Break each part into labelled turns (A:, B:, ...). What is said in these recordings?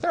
A: There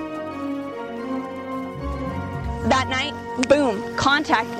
B: That night, boom, contact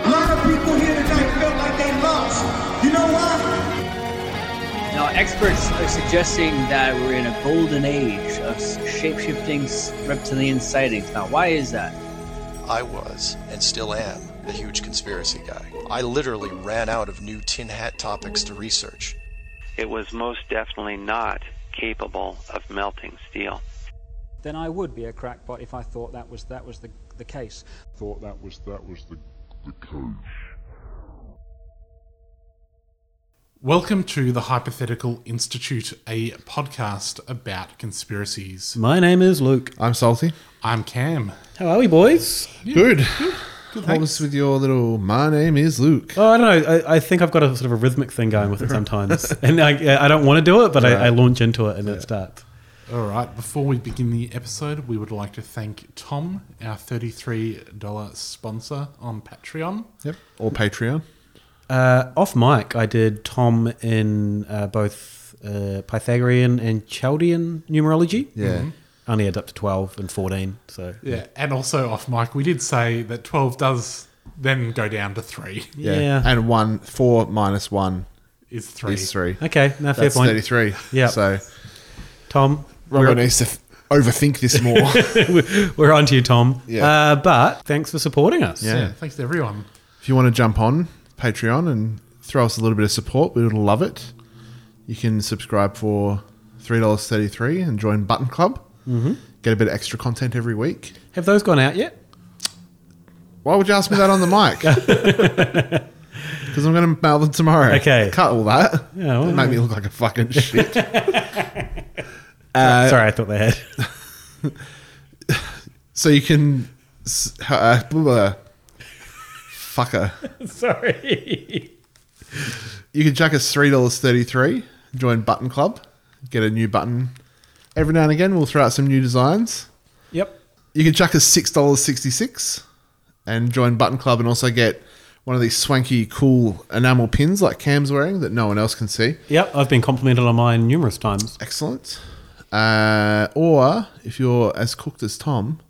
C: A lot of people here tonight felt like they lost. You know why?
D: Now, experts are suggesting that we're in a golden age of shape-shifting reptilian sightings. Now, why is that?
E: I was, and still am, a huge conspiracy guy. I literally ran out of new tin hat topics to research.
F: It was most definitely not capable of melting steel.
G: Then I would be a crackpot if I thought that was that was the the case.
H: Thought that was that was the the case.
I: Welcome to the Hypothetical Institute, a podcast about conspiracies.
J: My name is Luke.
K: I'm Salty.
I: I'm Cam.
J: How are we, boys?
K: Good. What was with your little? My name is Luke.
J: Oh, I don't know. I, I think I've got a sort of a rhythmic thing going with it sometimes, and I, I don't want to do it, but I, I launch into it and it starts.
I: All right, before we begin the episode, we would like to thank Tom, our $33 sponsor on Patreon.
K: Yep. Or Patreon.
J: Uh, off mic, I did Tom in uh, both uh, Pythagorean and Chaldean numerology.
K: Yeah. Mhm.
J: Only adds up to 12 and 14. So,
I: Yeah, and also off mic, we did say that 12 does then go down to 3.
J: Yeah.
K: And one four minus one
I: Is three.
K: Is three.
J: Okay, no,
K: That's
J: fair point.
K: Thirty-three.
J: Yeah.
K: So
J: Tom,
K: Robert
J: we're,
K: needs to overthink this more.
J: we're on to you, Tom.
K: Yeah.
J: Uh, but thanks for supporting us.
K: Yeah.
I: Thanks to everyone.
K: if you want to jump on Patreon and throw us a little bit of support, we would love it. You can subscribe for three dollars thirty-three and join Button Club. Mm-hmm. Get a bit of extra content every week.
J: Have those gone out yet?
K: Why would you ask me that on the mic? Because I'm going to mail them tomorrow.
J: Okay.
K: Cut all that.
J: Yeah, well-
K: it made me look like a fucking shit. Uh,
J: Sorry, I thought they had.
K: So you can. s- Uh, blah, blah. fucker.
J: Sorry.
K: You can chuck us $3.33, join Button Club, get a new button. Every now and again, we'll throw out some new designs.
J: yep.
K: You can chuck us $6.66 and join Button Club and also get one of these swanky, cool enamel pins like Cam's wearing that no one else can see.
J: Yep. I've been complimented on mine numerous times.
K: Excellent. Uh, or if you're as cooked as Tom,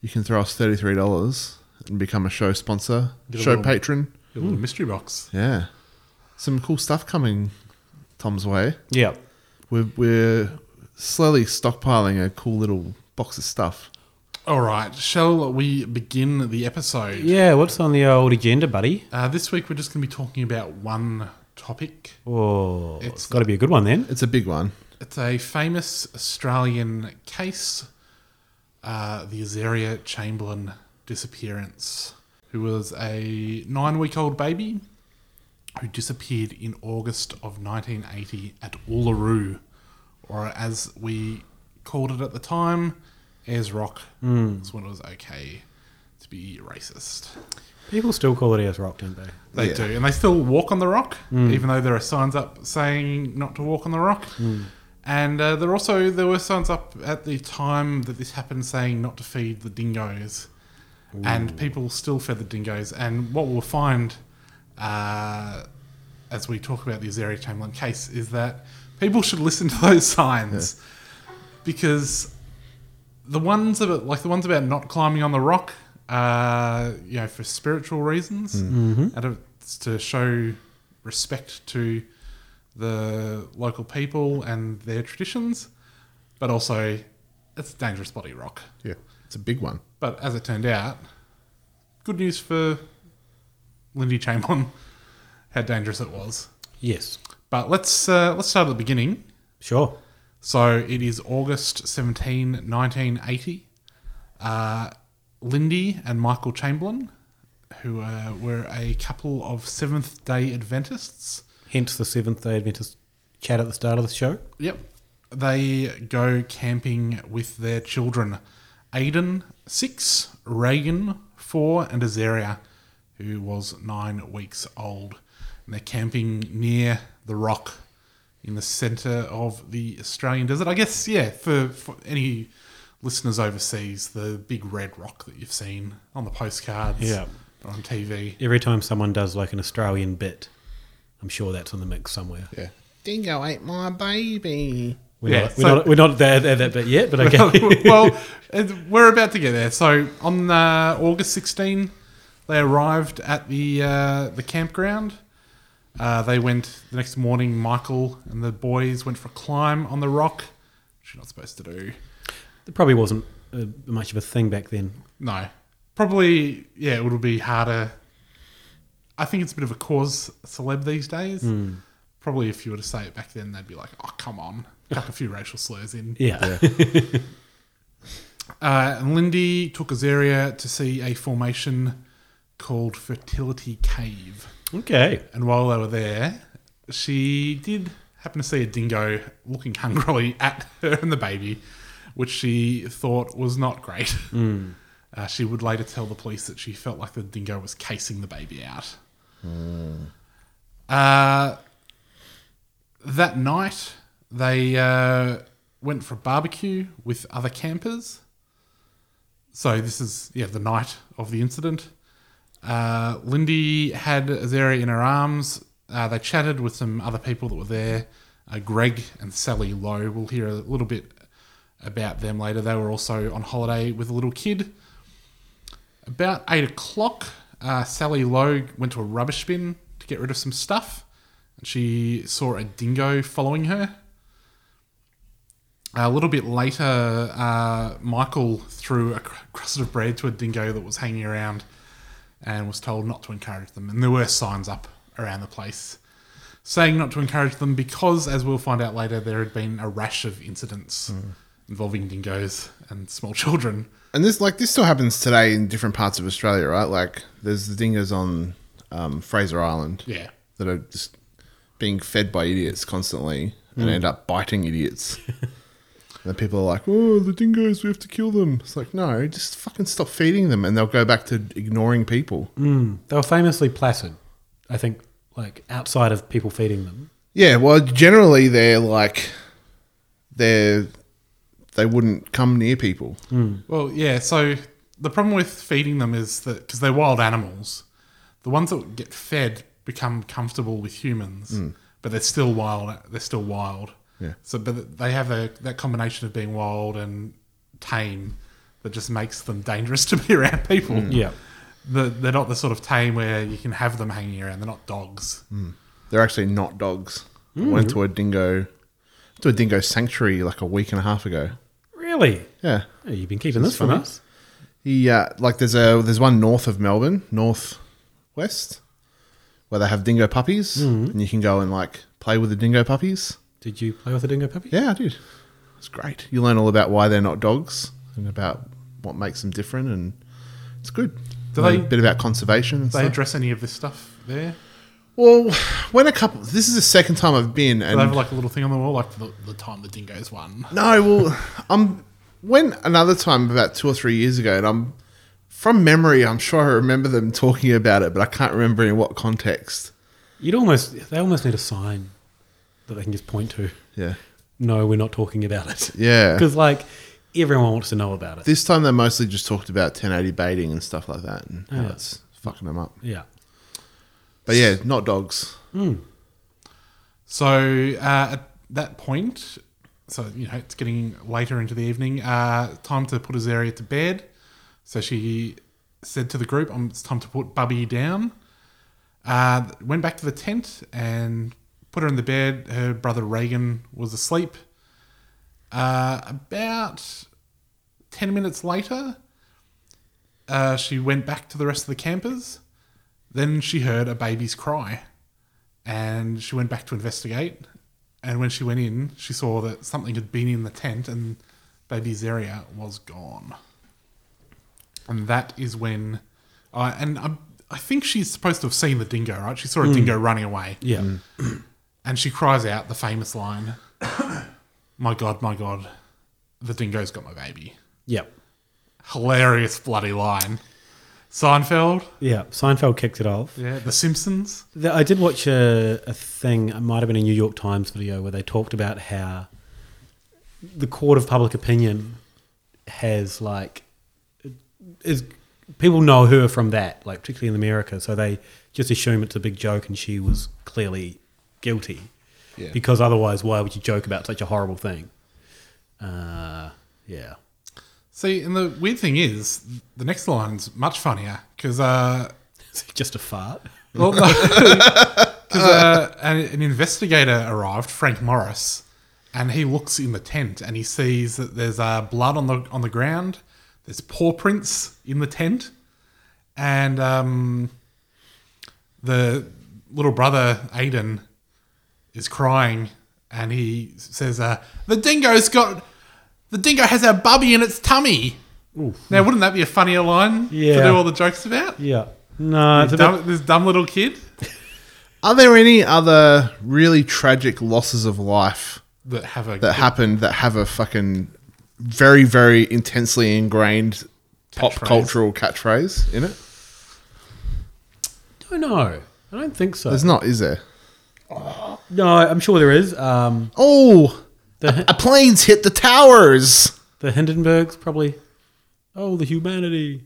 K: you can throw us thirty-three dollars and become a show sponsor,
I: Get a
K: show
I: little-
K: patron.
I: Your
J: Hmm.
I: little mystery box.
K: Yeah, some cool stuff coming Tom's way.
J: Yep.
K: We're, we're slowly stockpiling a cool little box of stuff.
I: All right, shall we begin the episode?
J: Yeah. What's on the old agenda, buddy?
I: Uh, this week, we're just going to be talking about one topic.
J: Oh, it's
I: It's-
J: got to be a good one then.
K: It's a big one.
I: It's a famous Australian case, uh, the Azaria Chamberlain disappearance, who was a nine week old baby who disappeared in August of 1980 at Uluru, or as we called it at the time, Ayers Rock.
K: Hmm.
I: That's when it was okay to be racist.
J: People still call it as rock, don't they?
I: They
K: Yeah.
I: do, and they still walk on the rock, even though there are signs up saying not to walk on the rock. And uh, there also there were signs up at the time that this happened saying not to feed the dingoes, and people still fed the dingoes. And what we'll find, uh, as we talk about the Azaria Chamberlain case, is that people should listen to those signs because the ones about like the ones about not climbing on the rock, uh, you know, for spiritual reasons,
K: Mm-hmm.
I: and it's to show respect to the local people and their traditions, but also it's a dangerous body rock.
K: Yeah, it's a big one.
I: But as it turned out, good news for Lindy Chamberlain, how dangerous it was.
J: Yes.
I: But let's uh, let's start at the beginning.
J: Sure.
I: So it is August 17, 1980. Uh, Lindy and Michael Chamberlain, who uh, were a couple of Seventh day Adventists.
K: Hence the Seventh day Adventist chat at the start of the show.
I: Yep. They go camping with their children Aiden, six, Reagan, four, and Azaria, who was nine weeks old. And they're camping near the rock in the centre of the Australian desert. I guess, yeah, for, for any listeners overseas, the big red rock that you've seen on the postcards,
K: Yeah.
I: on TV.
K: Every time someone does like an Australian bit, I'm sure that's on the mix somewhere.
I: Yeah.
L: Dingo ate my baby.
K: We're,
I: Yeah,
K: not, we're,
I: so-
K: not, we're not there, there that bit yet, but okay.
I: well, it- we're about to get there. So on uh, August 16, they arrived at the uh, the campground. Uh, they went the next morning. Michael and the boys went for a climb on the rock, which you're not supposed to do.
K: it probably wasn't uh, much of a thing back then.
I: No, probably yeah, it would be harder. I think it's a bit of a cause celeb these days.
K: Hmm.
I: Probably if you were to say it back then, they'd be like, "Oh, come on, chuck a few racial slurs in."
K: Yeah.
I: Uh, and Lindy took Azaria to see a formation called Fertility Cave.
K: Okay.
I: And while they were there, she did happen to see a dingo looking hungrily at her and the baby, which she thought was not great.
K: Mm.
I: Uh, she would later tell the police that she felt like the dingo was casing the baby out. Uh, that night, they uh, went for a barbecue with other campers. So this is yeah the night of the incident. Uh, Lindy had Azaria in her arms. Uh, they chatted with some other people that were there. Uh, Greg and Sally Lowe. We'll hear a little bit about them later. They were also on holiday with a little kid. About eight o'clock, uh, Sally Lowe went to a rubbish bin to get rid of some stuff, and she saw a dingo following her. A little bit later, uh, Michael threw a cr- crust of bread to a dingo that was hanging around and was told not to encourage them. And there were signs up around the place saying not to encourage them because, as we'll find out later, there had been a rash of incidents involving dingoes and small children.
L: And this like this still happens today in different parts of Australia, right? Like there's the dingoes on um, Fraser Island,
I: Yeah.
L: that are just being fed by idiots constantly and
I: Mm.
L: end up biting idiots. and then people are like, "Oh, the dingoes, we have to kill them." It's like, no, just fucking stop feeding them, and they'll go back to ignoring people.
K: Mm. They were famously placid, I think, like outside of people feeding them.
L: Yeah, well, generally they're like they're they wouldn't come near people.
I: Well, yeah. So the problem with feeding them is that because they're wild animals, the ones that get fed become comfortable with humans,
L: Mm.
I: but they're still wild. They're still wild.
L: Yeah.
I: So, but they have a, that combination of being wild and tame that just makes them dangerous to be around people.
L: Hmm.
K: Mm. Yeah.
I: The, they're not the sort of tame where you can have them hanging around. They're not dogs.
L: Hmm. They're actually not dogs. I
I: Mm.
L: went to a dingo to a dingo sanctuary like a week and a half ago.
K: Really?
L: Yeah.
K: Oh, you've been keeping
L: It's
K: this from
L: funny.
K: us.
L: Yeah, uh, like there's a there's one north of Melbourne, north west, where they have dingo puppies, and you can go and like play with the dingo puppies.
K: Did you play with a dingo puppy?
L: Yeah, I did. It's great. You learn all about why they're not dogs and about what makes them different, and it's good.
I: Do
L: Learn
I: they-
L: a bit about conservation? And
I: Do they
L: stuff.
I: address any of this stuff there?
L: Well, when a couple, this is the second time I've been,
I: Do they have
L: and
I: like a little thing on the wall, like the, the time the dingoes won?
L: No, well, I'm when another time about two or three years ago, and I'm from memory, I'm sure I remember them talking about it, but I can't remember in what context.
K: You'd almost they almost need a sign that they can just point to.
L: Yeah.
K: No, we're not talking about it.
L: Yeah.
K: Because like everyone wants to know about it.
L: This time they mostly just talked about 1080 baiting and stuff like that, and how
K: Yeah.
L: it's fucking them up.
K: Yeah.
L: But yeah, not dogs.
I: So uh, at that point, so you know it's getting later into the evening. Uh, time to put Azaria to bed. So she said to the group, um, "It's time to put Bubby down." Uh, went back to the tent and put her in the bed. Her brother Reagan was asleep. Uh, about ten minutes later, uh, she went back to the rest of the campers. Then she heard a baby's cry, and she went back to investigate. And when she went in, she saw that something had been in the tent and baby Zeria was gone. And that is when. Uh, and I, I think she's supposed to have seen the dingo, right? She saw a
K: Mm.
I: dingo running away.
K: Yeah. Mm.
I: And she cries out the famous line My God, my God, the dingo's got my baby.
K: Yep.
I: Hilarious bloody line. Seinfeld.
K: Yeah, Seinfeld kicked it off.
I: Yeah, The Simpsons.
K: The- I did watch a, a thing, it might have been a New York Times video, where they talked about how the court of public opinion has, like, is people know her from that, like, particularly in America. So they just assume it's a big joke and she was clearly guilty.
L: Yeah.
K: Because otherwise, why would you joke about such a horrible thing? Uh, yeah.
I: See, and the weird thing is, the next line's much funnier because uh,
K: just a fart.
I: Well, Oh, no, 'Cause, uh, an, an investigator arrived, Frank Morris, and he looks in the tent and he sees that there's uh, blood on the on the ground. There's paw prints in the tent, and um, the little brother Aiden is crying, and he says, uh, "The dingo's got the dingo has a bubby in its tummy." Now, wouldn't that be a funnier line to
K: Yeah.
I: do all the jokes about?
K: Yeah. No, it's
I: This
K: a
I: dumb,
K: bit-
I: this dumb little kid
L: Are there any other really tragic losses of life
I: That have a-
L: that happened that have a fucking very very intensely ingrained pop
K: Catchphrase.
L: cultural catchphrase in it?
K: don't know. I don't think so.
L: There's not, is there?
K: No, I'm sure there is. Um,
L: oh, a, a plane's hit the towers.
K: The Hindenburgs probably. Oh, the humanity.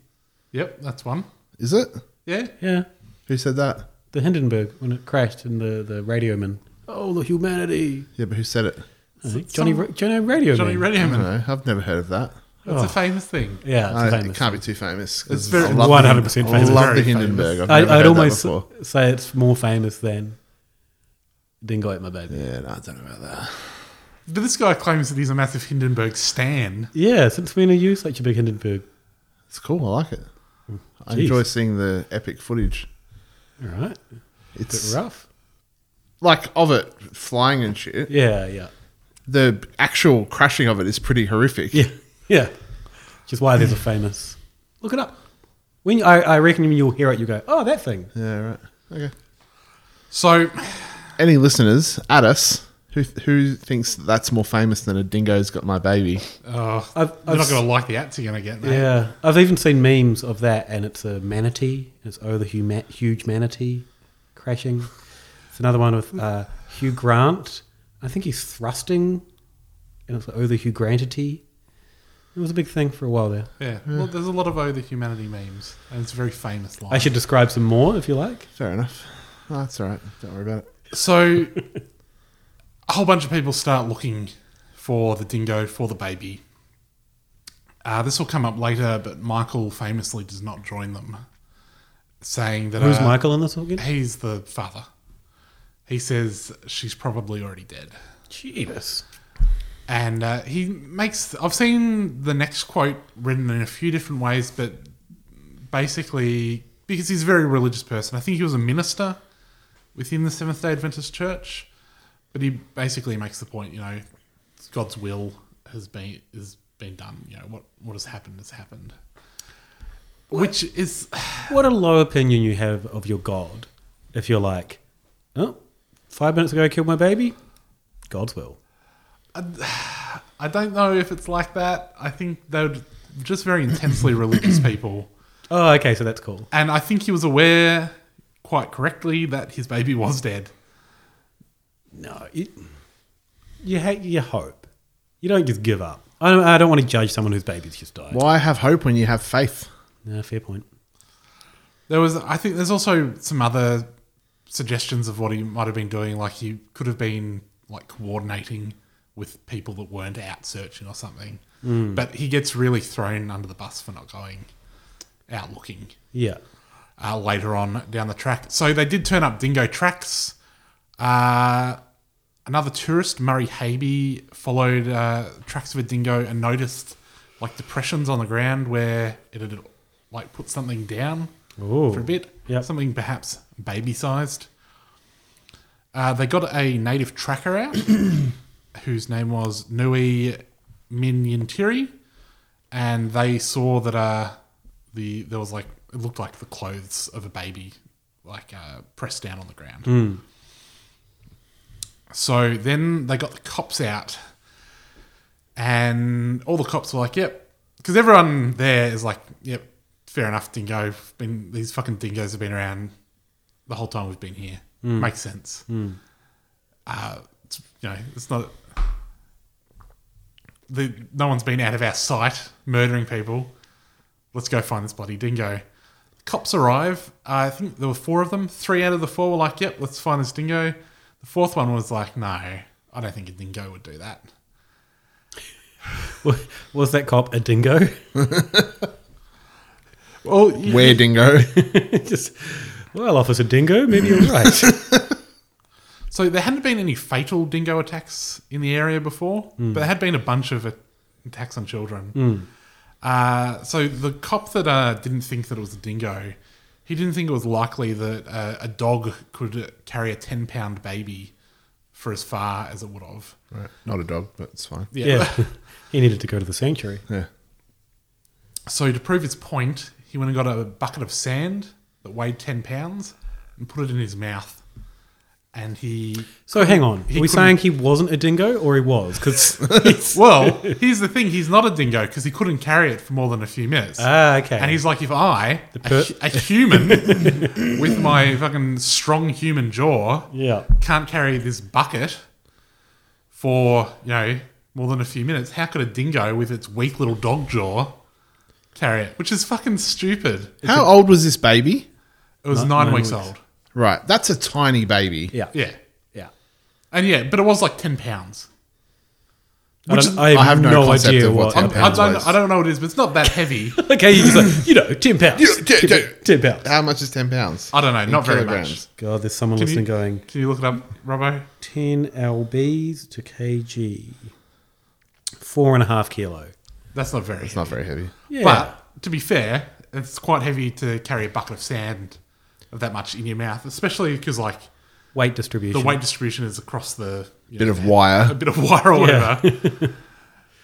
I: Yep, that's one.
L: Is it?
I: Yeah.
K: Yeah.
L: Who said that?
K: The Hindenburg when it crashed and the the radio man. Oh, the humanity.
L: Yeah, but who said it?
K: I think Johnny Ra- Johnny Radio Oh.
I: Johnny Man. Radio
L: I don't
I: Man.
L: know. I've never heard of that.
I: That's a famous thing.
K: Yeah, it's a
L: I-
K: famous
L: it can't be too famous. 'cause
I: It's very-
L: I love the-
K: 100%
L: I
K: famous.
L: love the Hindenburg. I've
K: I,
L: never heard
K: would
L: that
K: almost
L: before.
K: say it's more famous than Dingo Ate My Baby.
L: Yeah, no, I don't know about that.
I: But this guy claims that he's a massive Hindenburg stan.
K: Yeah, since when are you such a big Hindenburg?
L: It's cool. I like it. I
K: Jeez.
L: enjoy seeing the epic footage.
K: All right.
L: It's
K: Bit rough.
L: Like of it flying and shit.
K: Yeah, yeah.
L: The actual crashing of it is pretty horrific.
K: Yeah, yeah. Which is why there's a famous. Look it up. When you- I, I reckon when you'll hear it, you go, "Oh, that thing."
L: Yeah, right. Okay.
I: So,
L: any listeners at us who who thinks that that's more famous than a dingo's got my baby?
I: Oh,
K: I've-
I: you're
K: I've
I: not going
K: s-
I: to like the ads you're going to get, mate.
K: Yeah, I've even seen memes of that, and it's a manatee. It's oh the huma- huge manatee crashing. It's another one with uh, Hugh Grant. I think he's thrusting, and it's like, oh the Hugh Grantity. It was a big thing for a while there.
I: Yeah. Well, there's a lot of Oh the Humanity memes, and it's a very famous line.
K: I should describe some more if you like.
L: Fair enough. No, that's all right. Don't worry about it.
I: So, a whole bunch of people start looking for the dingo, for the baby. Uh, this will come up later, but Michael famously does not join them, saying that.
K: Who's
I: uh,
K: Michael in this again?
I: He's the father. He says she's probably already dead.
K: Jeebus.
I: And uh, he makes. I've seen the next quote written in a few different ways, but basically, because he's a very religious person, I think he was a minister within the Seventh day Adventist Church. But he basically makes the point, you know, God's will has been has been done. You know what what has happened has happened. Which is
K: What a low opinion you have of your God if you're like, oh, five minutes ago I killed my baby. God's will.
I: I don't know if it's like that. I think they're just very intensely religious people.
K: Oh, okay, so that's cool.
I: And I think he was aware, quite correctly, that his baby was dead.
K: No, it, you ha- you hope. You don't just give up. I don't, I don't want to judge someone whose baby's just died.
L: Why have hope when you have faith?
K: No, fair point.
I: There was, I think, there's also some other suggestions of what he might have been doing. Like he could have been like coordinating with people that weren't out searching or something.
K: Mm.
I: But he gets really thrown under the bus for not going out looking.
K: Yeah.
I: Uh, later on down the track, so they did turn up dingo tracks. Uh, another tourist, Murray Habey, followed uh, tracks of a dingo and noticed like depressions on the ground where it had like put something down
K: Ooh.
I: for a bit, something perhaps baby sized. Uh, they got a native tracker out, whose name was Nui Minyantiri, and they saw that uh, the there was like it looked like the clothes of a baby, like uh, pressed down on the ground.
K: Mm.
I: So then they got the cops out, and all the cops were like, "Yep," because everyone there is like, "Yep, fair enough, dingo. Been, these fucking dingoes have been around the whole time we've been here.
K: Mm.
I: Makes sense."
K: Mm.
I: Uh, it's, you know, it's not. The, no one's been out of our sight murdering people. Let's go find this bloody dingo. Cops arrive. I think there were four of them. Three out of the four were like, yep, let's find this dingo. The fourth one was like, no, I don't think a dingo would do that.
K: Wa- Was that cop a dingo?
I: well,
L: Where dingo?
K: Just well, Officer Dingo, maybe you're right.
I: So there hadn't been any fatal dingo attacks in the area before,
K: Mm.
I: but there had been a bunch of a- attacks on children.
K: Mm.
I: Uh, so the cop that uh, didn't think that it was a dingo, he didn't think it was likely that uh, a dog could carry a ten pound baby for as far as it would have.
L: Right. Not a dog, but it's fine.
I: Yeah.
K: he needed to go to the sanctuary.
L: Yeah.
I: So to prove his point, he went and got a bucket of sand that weighed ten pounds and put it in his mouth. And he.
K: So hang on,
I: He
K: are we
I: couldn't-
K: saying he wasn't a dingo or he was? Because
I: well, here's the thing: he's not a dingo because he couldn't carry it for more than a few minutes.
K: Ah, okay.
I: And he's like, if I, a
K: per-
I: hu- a, human, with my fucking strong human jaw,
K: Yeah.
I: can't carry this bucket for you know more than a few minutes, how could a dingo with its weak little dog jaw carry it? Which is fucking stupid.
L: How old was this baby?
I: It was Ni- nine nine weeks weeks. old.
L: Right. That's a tiny baby.
K: Yeah.
I: Yeah.
K: Yeah.
I: And yeah, but it was like ten pounds.
K: I don't- I have I have no no concept idea of what what
I: I,
K: 10 pounds
I: I don't,
K: weighs.
I: I don't know what it is, but it's not that heavy.
K: okay, you just like you know, ten pounds.
I: You-
K: ten, ten pounds.
L: How much is 10 pounds?
I: I don't know,
L: In
I: not very
L: kilograms.
I: much.
K: God, there's someone
I: Can you-
K: listening going
I: Can you look it up, Robbo?
K: ten lbs to kg, four and a half kilo.
I: That's not very.
L: It's not very heavy.
K: Yeah.
I: But to be fair, it's quite heavy to carry a bucket of sand of that much in your mouth, especially because like
K: Weight distribution.
I: the weight distribution is across the you
L: Bit of wire.
I: a bit of wire or
K: Yeah.
I: whatever.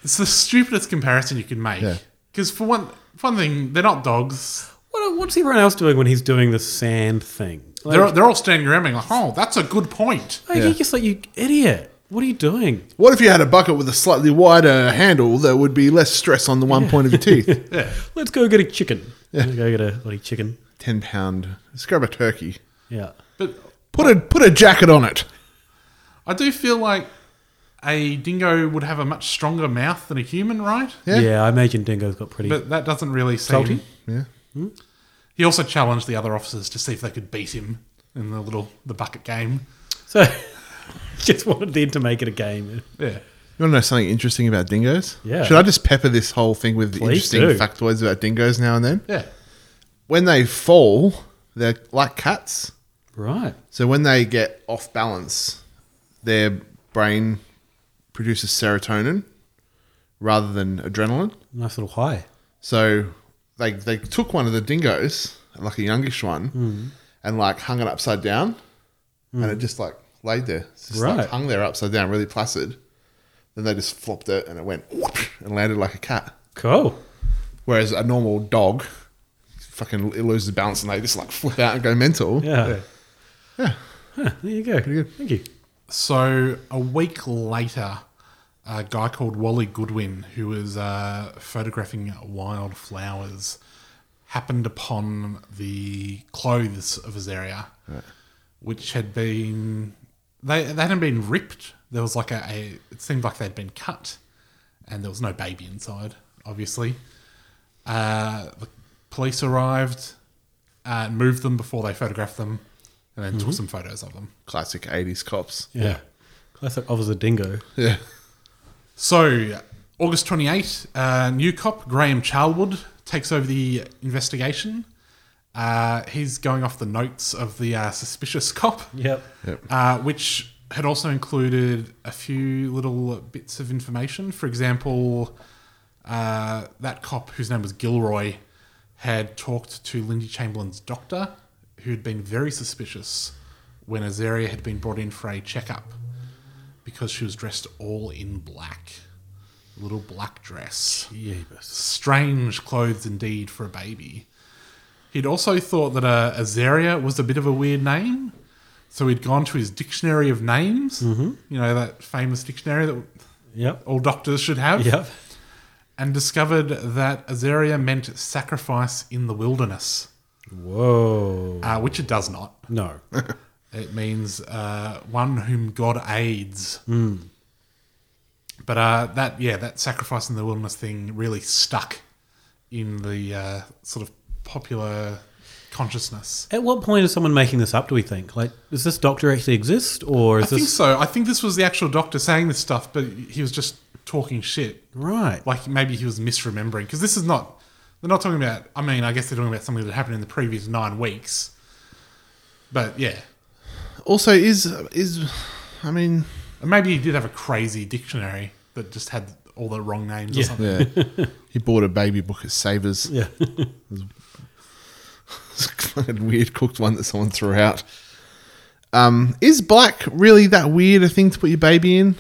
I: it's the stupidest comparison you can make.
K: Yeah.
I: Because for one, for one thing, they're not dogs.
K: What, what's everyone else doing when he's doing the sand thing?
I: they're, they're all standing around being like, "Oh, that's a good point."
K: Like, You're just like you idiot. What are you doing?
L: What if you had a bucket with a slightly wider handle that would be less stress on the one point of your teeth?
I: Yeah.
K: Let's go get a chicken. Let's go get a bloody chicken.
L: 10 pound. Let's grab a turkey.
K: Yeah.
L: Put a put a jacket on it.
I: I do feel like a dingo would have a much stronger mouth than a human, right?
K: yeah. I imagine dingo's got pretty.
I: But that doesn't really seem Hmm?
K: Salty?
L: Yeah.
I: He also challenged the other officers to see if they could beat him in the little the bucket game.
K: so just wanted them to make it a game.
I: Yeah.
L: You want to know something interesting about dingoes?
K: Yeah.
L: Should I just pepper this whole thing with
K: Please
L: interesting
K: do.
L: factoids about dingoes now and then?
I: Yeah.
L: When they fall, they're like cats.
K: Right.
L: So when they get off balance, their brain produces serotonin rather than adrenaline.
K: Nice little high.
L: So they they took one of the dingoes, like a youngish one,
K: Mhm.
L: and like hung it upside down, and it just like laid there, It's just like
K: Right.
L: hung there upside down, really placid. Then they just flopped it, and it went whoop, and landed like a cat.
K: Cool.
L: Whereas a normal dog, fucking it loses balance and they just like flip out and go mental.
K: Yeah.
I: Yeah.
K: Huh, there you go. Thank you.
I: So a week later, a guy called Wally Goodwin, who was uh, photographing wildflowers, happened upon the clothes of Azaria,
L: Right.
I: which had been they they hadn't been ripped. There was like a, a it seemed like they'd been cut, and there was no baby inside, obviously. Uh, the police arrived, uh, moved them before they photographed them, and then took
K: Mhm.
I: some photos of them.
L: Classic '80s cops.
K: Yeah. Classic officer dingo.
L: Yeah.
I: So, August 28th, uh, new cop Graham Charlwood takes over the investigation. Uh, he's going off the notes of the uh, suspicious cop.
K: Yep.
L: Yep.
I: Uh, which had also included a few little bits of information. For example, uh, that cop whose name was Gilroy had talked to Lindy Chamberlain's doctor, who had been very suspicious when Azaria had been brought in for a checkup because she was dressed all in black. A little black dress. Strange clothes indeed for a baby. He'd also thought that uh, Azaria was a bit of a weird name. So he'd gone to his dictionary of names, you know, that famous dictionary that all doctors should have,
K: Yep.
I: and discovered that Azaria meant sacrifice in the wilderness.
K: Whoa.
I: Uh, which it does not.
K: Oh, No.
I: it means uh, one whom God aids.
K: Hmm.
I: But uh, that, yeah, that sacrifice in the wilderness thing really stuck in the uh, sort of popular consciousness.
K: At what point is someone making this up? Do we think? Like, does this doctor actually exist, or is
I: I think
K: this
I: so. I think this was the actual doctor saying this stuff, but he was just talking shit.
K: Right.
I: Like maybe he was misremembering because this is not. They're not talking about. I mean, I guess they're talking about something that happened in the previous nine weeks. But yeah,
L: Also, is is I mean,
I: maybe he did have a crazy dictionary that just had all the wrong names or something.
L: Yeah. he bought a baby book at Savers.
I: Yeah.
L: It's a weird cooked one that someone threw out. Um, is black really that weird a thing to put your baby in?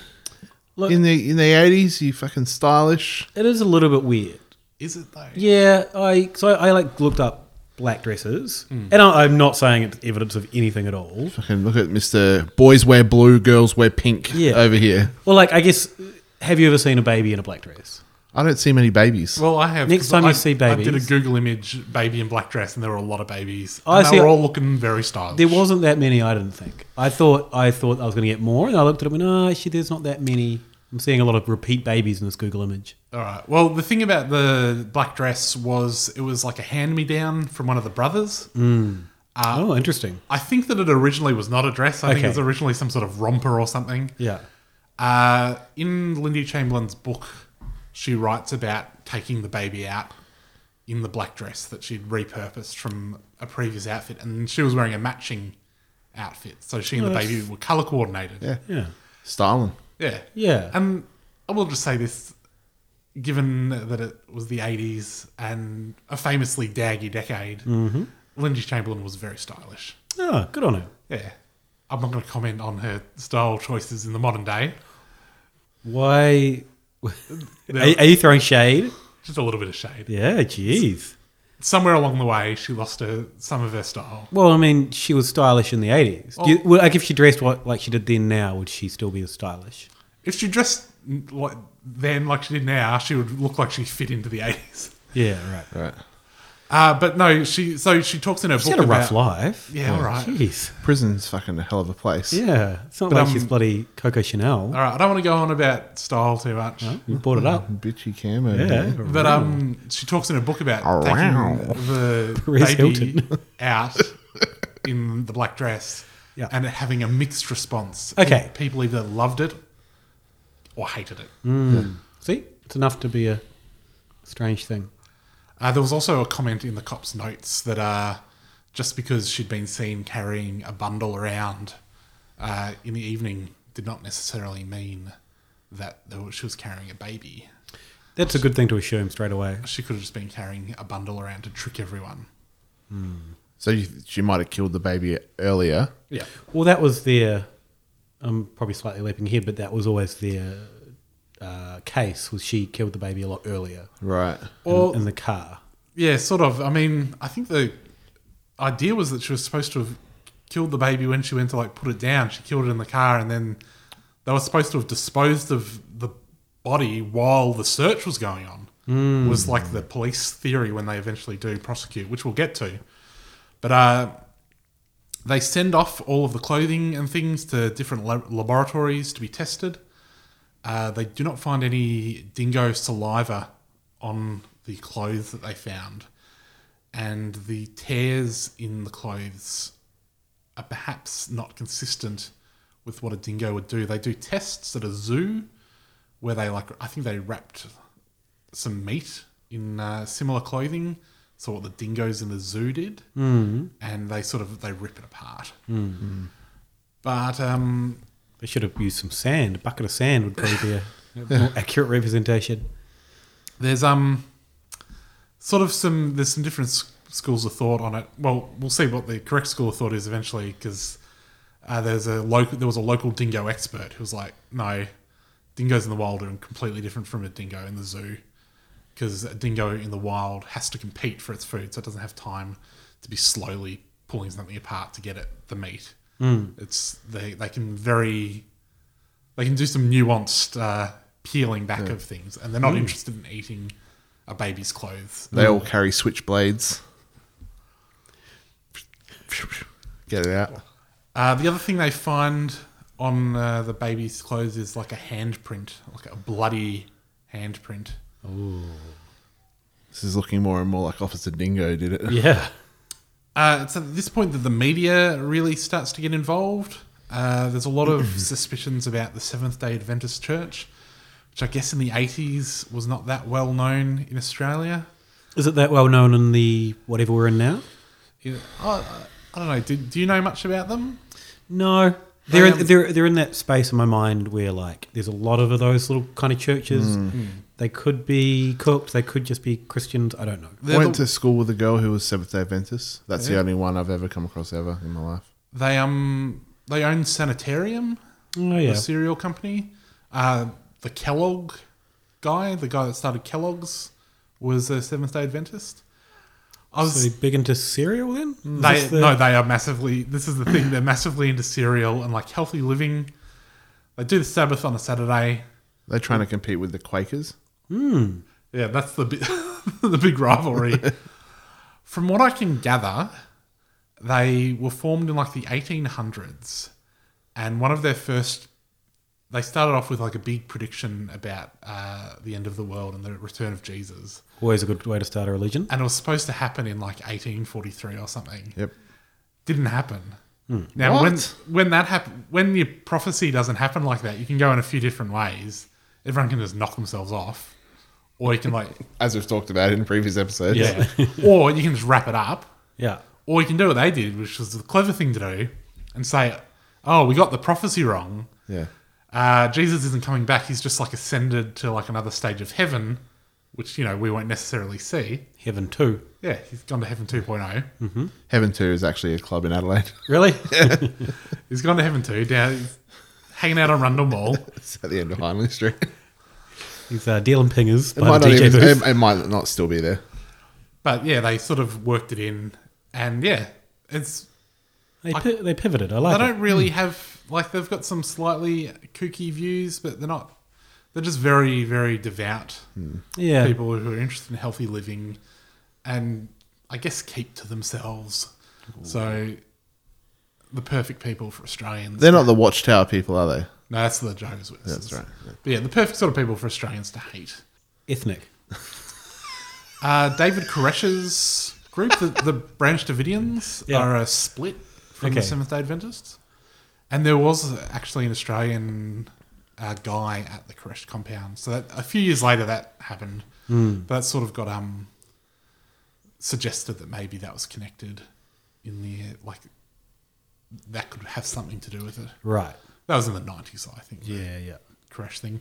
K: Look-
L: in the in the eighties, you fucking stylish.
K: It is a little bit weird.
I: Is it though?
K: Yeah, I so I, I like looked up black dresses,
I: Hmm.
L: Mm.
K: and I, I'm not saying it's evidence of anything at all.
L: Fucking look at Mister Boys wear blue, girls wear pink.
K: Yeah.
L: over here.
K: Well, like I guess, have you ever seen a baby in a black dress?
L: I don't see many babies.
I: Well, I have.
K: Next
I: 'cause
K: time
I: I,
K: you see
I: I did a
K: babies-
I: Google image baby in black dress, and there were a lot of babies.
K: I
I: And
K: see-
I: They were all looking very stylish.
K: There wasn't that many. I didn't think. I thought I thought I was going to get more, and I looked at it and went, "Ah, shit, there's not that many." I'm seeing a lot of repeat babies in this Google image.
I: All right. Well, the thing about the black dress was it was like a hand me down from one of the brothers.
K: Mm.
I: Uh,
K: oh, interesting.
I: I think that it originally was not a dress. I think it
K: Okay.
I: was originally some sort of romper or something.
K: Yeah.
I: Uh, in Lindy Chamberlain's book, she writes about taking the baby out in the black dress that she'd repurposed from a previous outfit, and she was wearing a matching outfit. So she and
K: Oh,
I: the
K: that's-
I: baby were color coordinated.
L: Yeah.
K: Yeah.
L: Styling.
I: Yeah.
K: Yeah.
I: And I will just say this given that it was the 80s and a famously daggy decade,
K: Mhm.
I: Lindsay Chamberlain was very stylish.
K: Oh, good on her.
I: Yeah. I'm not going to comment on her style choices in the modern day.
K: Why? are, are you throwing shade?
I: Just a little bit of shade.
K: Yeah, jeez.
I: Somewhere along the way, she lost her, some of her style.
K: Well, I mean, she was stylish in the eighties.
I: Oh.
K: Like, if she dressed what like she did then, now would she still be as stylish?
I: If she dressed like then like she did now, she would look like she fit into the 80s.
K: Yeah, right.
L: Right.
I: Uh, but no, she so she talks in her
K: She
I: book
K: had a rough
I: about-
K: life.
I: Yeah, all right.
K: Jeez.
L: Prison's fucking a hell of a place.
K: Yeah, it's not
I: But,
K: like
I: um,
K: she's bloody Coco Chanel.
I: All right, I don't want to go on about style too much.
K: You brought it up.
L: Bitchy camo.
K: Yeah.
I: But um, she talks in her book about
L: Oh,
I: taking
L: wow.
I: the
K: Perez
I: baby
K: Hilton.
I: out in the black dress
K: Yeah.
I: and it having a mixed response.
K: Okay.
I: People either loved it or hated it.
K: Mm. See, it's enough to be a strange thing.
I: Uh, there was also a comment in the cop's notes that uh, just because she'd been seen carrying a bundle around uh, in the evening did not necessarily mean that there was- she was carrying a baby.
K: That's a good thing to assume straight away.
I: She could have just been carrying a bundle around to trick everyone.
L: So you, she might have killed the baby earlier.
I: Yeah.
K: Well, that was their. I'm probably slightly leaping here, but that was always their uh, case. Was she killed the baby a lot earlier?
L: Right.
K: In,
I: Well-
K: in the car.
I: Yeah, sort of. I mean, I think the idea was that she was supposed to have killed the baby when she went to like put it down. She killed it in the car, and then they were supposed to have disposed of the body while the search was going on.
K: Mm.
I: Was like the police theory when they eventually do prosecute, which we'll get to. But uh, they send off all of the clothing and things to different lab- laboratories to be tested. Uh, they do not find any dingo saliva on the clothes that they found. And the tears in the clothes are perhaps not consistent with what a dingo would do. They do tests at a zoo where they, like, I think they wrapped some meat in uh, similar clothing. So what the dingoes in the zoo did,
K: Mhm.
I: and they sort of they rip it apart.
K: Mm.
I: But um,
K: They should have used some sand. A bucket of sand would probably be a more accurate representation.
I: there's um sort of some there's some different s- schools of thought on it. Well, we'll see what the correct school of thought is eventually because Uh, there's a local. There was a local dingo expert who was like, "No, dingoes in the wild are completely different from a dingo in the zoo, because a dingo in the wild has to compete for its food, so it doesn't have time to be slowly pulling something apart to get it the meat.
K: Mm.
I: It's they they can very they can do some nuanced uh, peeling back
L: Yeah.
I: of things, and they're not
L: Mm.
I: interested in eating a baby's clothes.
K: Mm.
L: They all carry switchblades. Get it out.
I: Uh, the other thing they find on uh, the baby's clothes is like a handprint, like a bloody handprint.
L: Ooh. This is looking more and more like Officer Dingo did it.
I: Uh, it's at this point that the media really starts to get involved. Uh, there's a lot of suspicions about the Seventh day Adventist Church, which I guess in the 80s was not that well known in Australia.
K: Is it that well known in the whatever we're in now?
I: You- I, I don't know. Do, do you know much about them?
K: No. They're,
I: Um,
K: they're, they're in that space in my mind where like there's a lot of those little kind of churches.
L: Mm. Mm.
K: They could be cooked. They could just be Christians. I don't know.
L: Went to school with a girl who was Seventh Day Adventist. That's
I: Yeah.
L: the only one I've ever come across ever in my life.
I: They um they own Sanitarium,
K: oh, yeah.
I: the cereal company. Uh, the Kellogg guy, the guy that started Kellogg's, was a Seventh Day Adventist. I was
K: so big into cereal then? Is
I: They
K: this the-
I: no, they are massively. This is the thing. They're massively into cereal and like healthy living. They do the Sabbath on a Saturday.
L: They're trying to compete with the Quakers.
K: Mm.
I: Yeah, that's the bi- the big rivalry. From what I can gather, they were formed in like the 1800s, and one of their first. They started off with like a big prediction about uh, the end of the world and the return of Jesus.
K: Always a good way to start a religion.
I: and it was supposed to happen in like 1843 or something.
L: Yep.
I: Didn't happen.
K: Hmm.
I: Now
L: What?
I: when when that happen when your prophecy doesn't happen like that, you can go in a few different ways. Everyone can just knock themselves off, or you can like
L: As we've talked about in previous episodes.
I: yeah, or you can just wrap it up.
K: Yeah.
I: Or you can do what they did, which was the clever thing to do, and say, "Oh, we got the prophecy wrong.
L: Yeah.
I: Uh, Jesus isn't coming back. He's just like ascended to like another stage of heaven, which you know we won't necessarily see.
K: Heaven too.
I: Yeah, he's gone to heaven oh. 2.0.
K: Mhm.
L: Heaven 2 is actually a club in Adelaide.
K: Really?
L: Yeah.
I: He's gone to heaven too. Down, he's hanging out on Rundle Mall.
L: it's at the end of Hindley Street.
K: He's uh, dealing pingers.
L: It
K: by
L: might,
K: the
L: not
K: DJ
L: even,
K: booth.
L: it, it might not still be there.
I: But yeah, they sort of worked it in, and yeah, it's
K: They,
I: I-
K: pi- they pivoted. I like
I: they
K: it.
I: don't really
L: hmm.
I: have like they've got some slightly kooky views, but they're not. They're just very very devout
L: Hmm.
K: Yeah.
I: people who are interested in healthy living, and I guess keep to themselves. So the perfect people for Australians.
L: They're not the Watchtower people, are they?
I: No, that's the Jehovah's Witnesses.
L: That's right.
I: But yeah, the perfect sort of people for Australians to hate.
K: Ethnic.
I: Uh, David Koresh's group, the, the Branch Davidians,
K: Yeah.
I: are a split from the
K: Okay.
I: Seventh Day Adventists. And there was actually an Australian uh, guy at the Koresh compound. So that, a few years later, that happened.
K: Hmm.
I: But that sort of got um, suggested that maybe that was connected in the like that could have something to do with it.
K: Right.
I: That was in the nineties, I think.
K: Yeah, yeah.
I: Crash thing.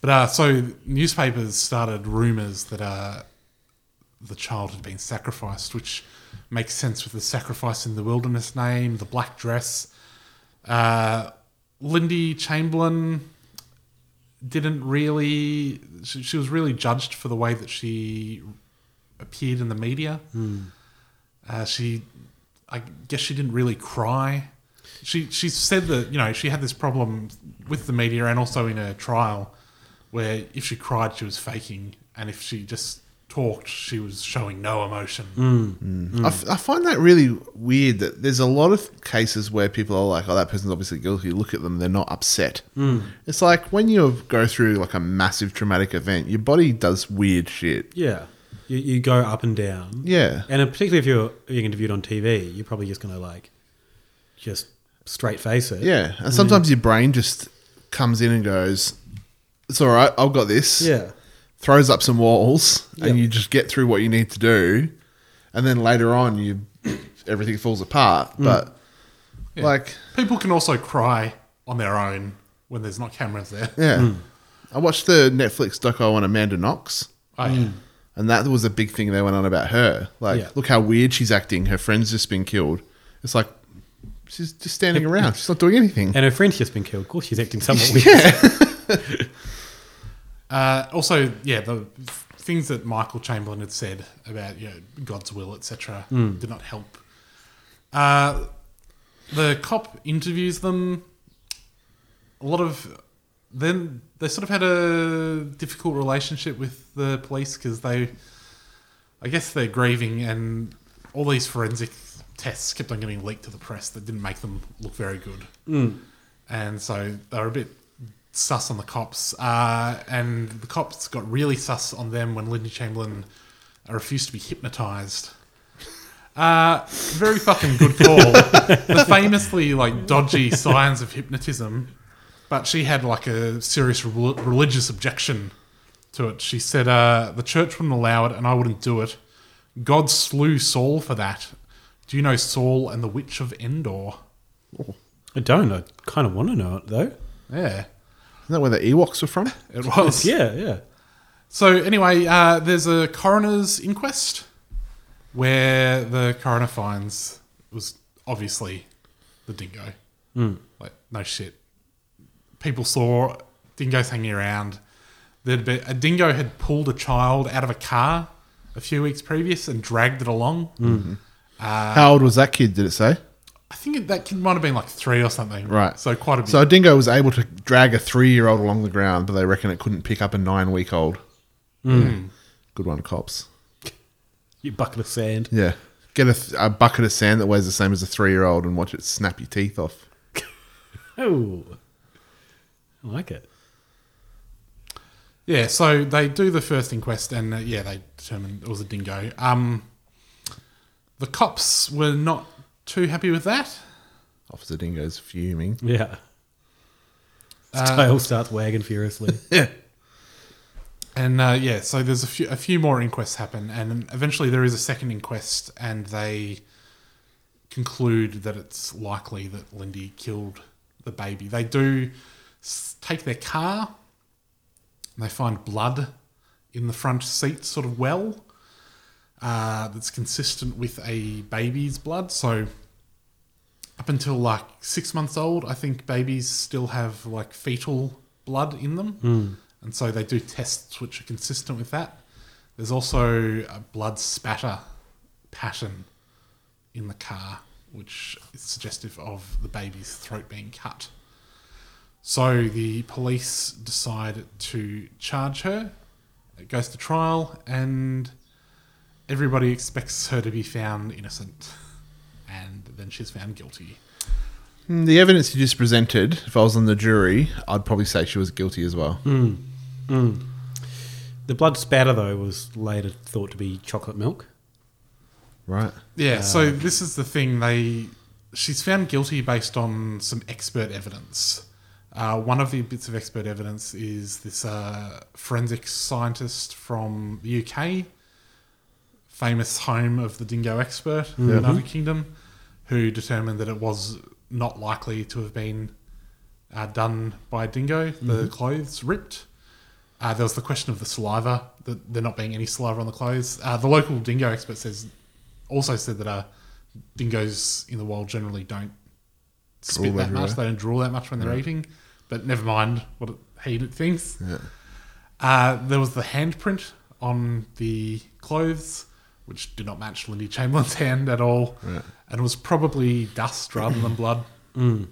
I: But uh, so newspapers started rumours that uh, the child had been sacrificed, which makes sense with the sacrifice in the wilderness name, the black dress. Uh, Lindy Chamberlain didn't really. She, she was really judged for the way that she appeared in the media.
K: Hmm.
I: Uh, she, I guess, she didn't really cry. She she said that you know she had this problem with the media and also in her trial, where if she cried she was faking, and if she just talked she was showing no emotion.
L: I, f- I find that really weird that there's a lot of cases where people are like, oh, that person's obviously guilty. Look at them, they're not upset.
K: Mm.
L: It's like when you go through like a massive traumatic event, your body does weird shit.
K: Yeah. You, you go up and down.
L: Yeah.
K: And particularly if you're being interviewed on TV, you're probably just going to like just straight face it.
L: Yeah.
K: then-
L: And sometimes your brain just comes in and goes, it's all right, I've got this.
K: Yeah.
L: Throws up some walls
K: Yep.
L: and you just get through what you need to do. And then later on, you everything falls apart.
I: Mm.
L: But
I: Yeah.
L: like,
I: people can also cry on their own when there's not cameras there.
L: Yeah. I watched the Netflix doco on Amanda Knox.
I: Oh, yeah. Mm.
L: And that was a big thing they went on about her. Like,
I: Yeah.
L: look how weird she's acting. Her friend's just been killed. It's like, She's just standing around. She's not doing anything.
K: And her friend's just been killed. Of course, she's acting somewhat weird.
I: Uh, also, yeah, the f- things that Michael Chamberlain had said about you know, God's will, etc.,
K: Mm.
I: did not help. Uh, the cop interviews them. A lot of then they sort of had a difficult relationship with the police because they, I guess, they're grieving and all these forensic tests kept on getting leaked to the press that didn't make them look very good
K: Mm.
I: and so they were a bit sus on the cops. Uh, and the cops got really sus on them when Lindy Chamberlain refused to be hypnotized. Uh, very fucking good call. the famously like dodgy signs of hypnotism, but she had like a serious rel- religious objection to it. She said uh, the church wouldn't allow it, and I wouldn't do it. God slew Saul for that. Do you know Saul and the Witch of Endor?
K: I don't. I kind of want to know it though.
I: Yeah.
L: Isn't that where the Ewoks are from?
I: It was.
K: yeah, yeah.
I: So anyway, uh, there's a coroner's inquest where the coroner finds it was obviously the dingo.
L: Hmm.
K: Mm.
I: Like no shit, people saw dingoes hanging around. There'd be a dingo had pulled a child out of a car a few weeks previous and dragged it along.
L: Mhm.
I: Uh,
L: How old was that kid? Did it say?
I: I think that kid might have been like three or something.
L: Right.
I: So quite a bit.
L: So a dingo was able to drag a three-year-old along the ground, but they reckon it couldn't pick up a nine-week-old.
K: Mm.
L: Good one, cops.
K: You bucket of sand.
L: Yeah. Get a, th- a bucket of sand that weighs the same as a three-year-old and watch it snap your teeth off.
K: Oh, I like it.
I: Yeah, so they do the first inquest, and uh, yeah, they determine it was a dingo. Um, the cops were not too happy with that.
L: Officer Dingo's fuming.
K: Yeah. His
I: Uh,
K: tail starts wagging furiously.
I: yeah. And uh, yeah, so there's a few a few more inquests happen, and eventually there is a second inquest, and they conclude that it's likely that Lindy killed the baby. They do s- take their car, and they find blood in the front seat, sort of well, uh, that's consistent with a baby's blood. So up until like six months old, I think babies still have like fetal blood in them.
K: Mm.
I: And so they do tests which are consistent with that. There's also a blood spatter pattern in the car, which is suggestive of the baby's throat being cut. So the police decide to charge her. It goes to trial, and everybody expects her to be found innocent. And then she's found guilty.
L: Mm, The evidence you just presented, if I was on the jury, I'd probably say she was guilty as well.
K: Mm. Mm. The blood spatter, though, was later thought to be chocolate milk.
L: Right.
I: Yeah, so
K: Um,
I: this is the thing. They she's found guilty based on some expert evidence. Uh, one of the bits of expert evidence is this uh, forensic scientist from the UK, famous home of the dingo expert, in the
L: Mhm.
I: United Kingdom, who determined that it was not likely to have been uh, done by a dingo. The
L: Mm-hmm.
K: Mhm.
I: clothes ripped. Uh, there was the question of the saliva, that there not being any saliva on the clothes. Uh, the local dingo expert says, also said that uh, dingoes in the wild generally don't spit
L: Drool
I: that much.
L: everywhere.
I: They don't draw that much when they're
L: Yeah.
I: eating. But never mind what it, he thinks.
L: Yeah.
I: Uh, there was the handprint on the clothes, which did not match Lindy Chamberlain's hand at all,
L: Right.
I: and was probably dust rather than blood.
K: Mm.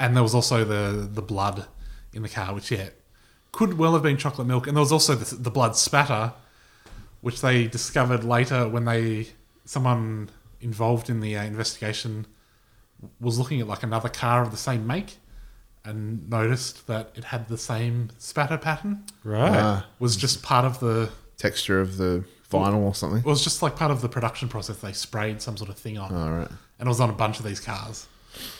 I: And there was also the the blood in the car, which yeah, could well have been chocolate milk. And there was also the, the blood spatter, which they discovered later when they someone involved in the uh, investigation was looking at like another car of the same make and noticed that it had the same spatter pattern.
K: Right.
L: Ah.
I: was just part of the
L: Texture of the vinyl or something.
I: it was just like part of the production process. They sprayed some sort of thing on.
L: All right.
I: And it was on a bunch of these cars.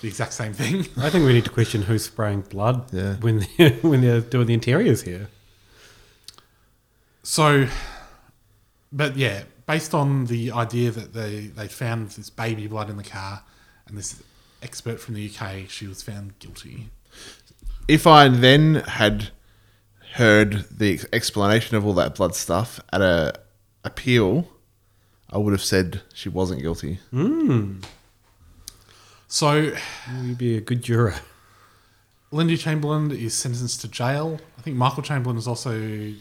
I: The exact same thing.
K: I think we need to question who's spraying blood
L: Yeah.
K: when they're, when they're doing the interiors here.
I: So, but yeah, based on the idea that they, they found this baby blood in the car and this expert from the UK, she was found guilty.
L: If I then had heard the ex- explanation of all that blood stuff at a appeal, I would have said she wasn't guilty.
K: Mm.
I: So
K: you'd be a good juror.
I: Lindy Chamberlain is sentenced to jail. I think Michael Chamberlain is also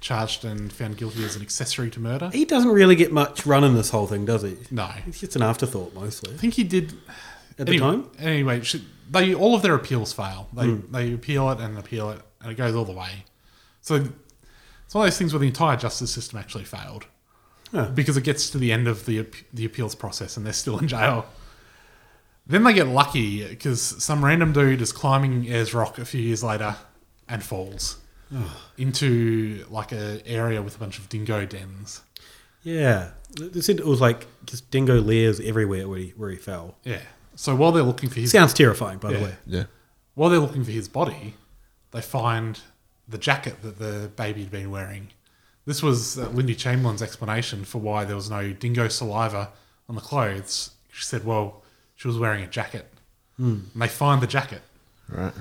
I: charged and found guilty as an accessory to murder.
K: He doesn't really get much run in this whole thing, does he?
I: No,
K: it's an afterthought mostly. I
I: think he did
K: at
I: anyway,
K: the time.
I: Anyway, she, they all of their appeals fail. They
K: Mm.
I: they appeal it and appeal it, and it goes all the way. So it's one of those things where the entire justice system actually failed
K: Yeah.
I: because it gets to the end of the ap- the appeals process and they're still in jail. Then they get lucky because some random dude is climbing Ayers Rock a few years later and falls
K: Ugh.
I: into like a area with a bunch of dingo dens.
K: Yeah, they said it was like just dingo lairs everywhere where he where he fell.
I: Yeah. So while they're looking for his
K: Sounds terrifying, by the way.
L: Yeah.
I: While they're looking for his body, they find the jacket that the baby had been wearing. This was uh, Lindy Chamberlain's explanation for why there was no dingo saliva on the clothes. She said, "Well, she was wearing a jacket."
L: Hmm.
I: And they find the jacket,
L: Right.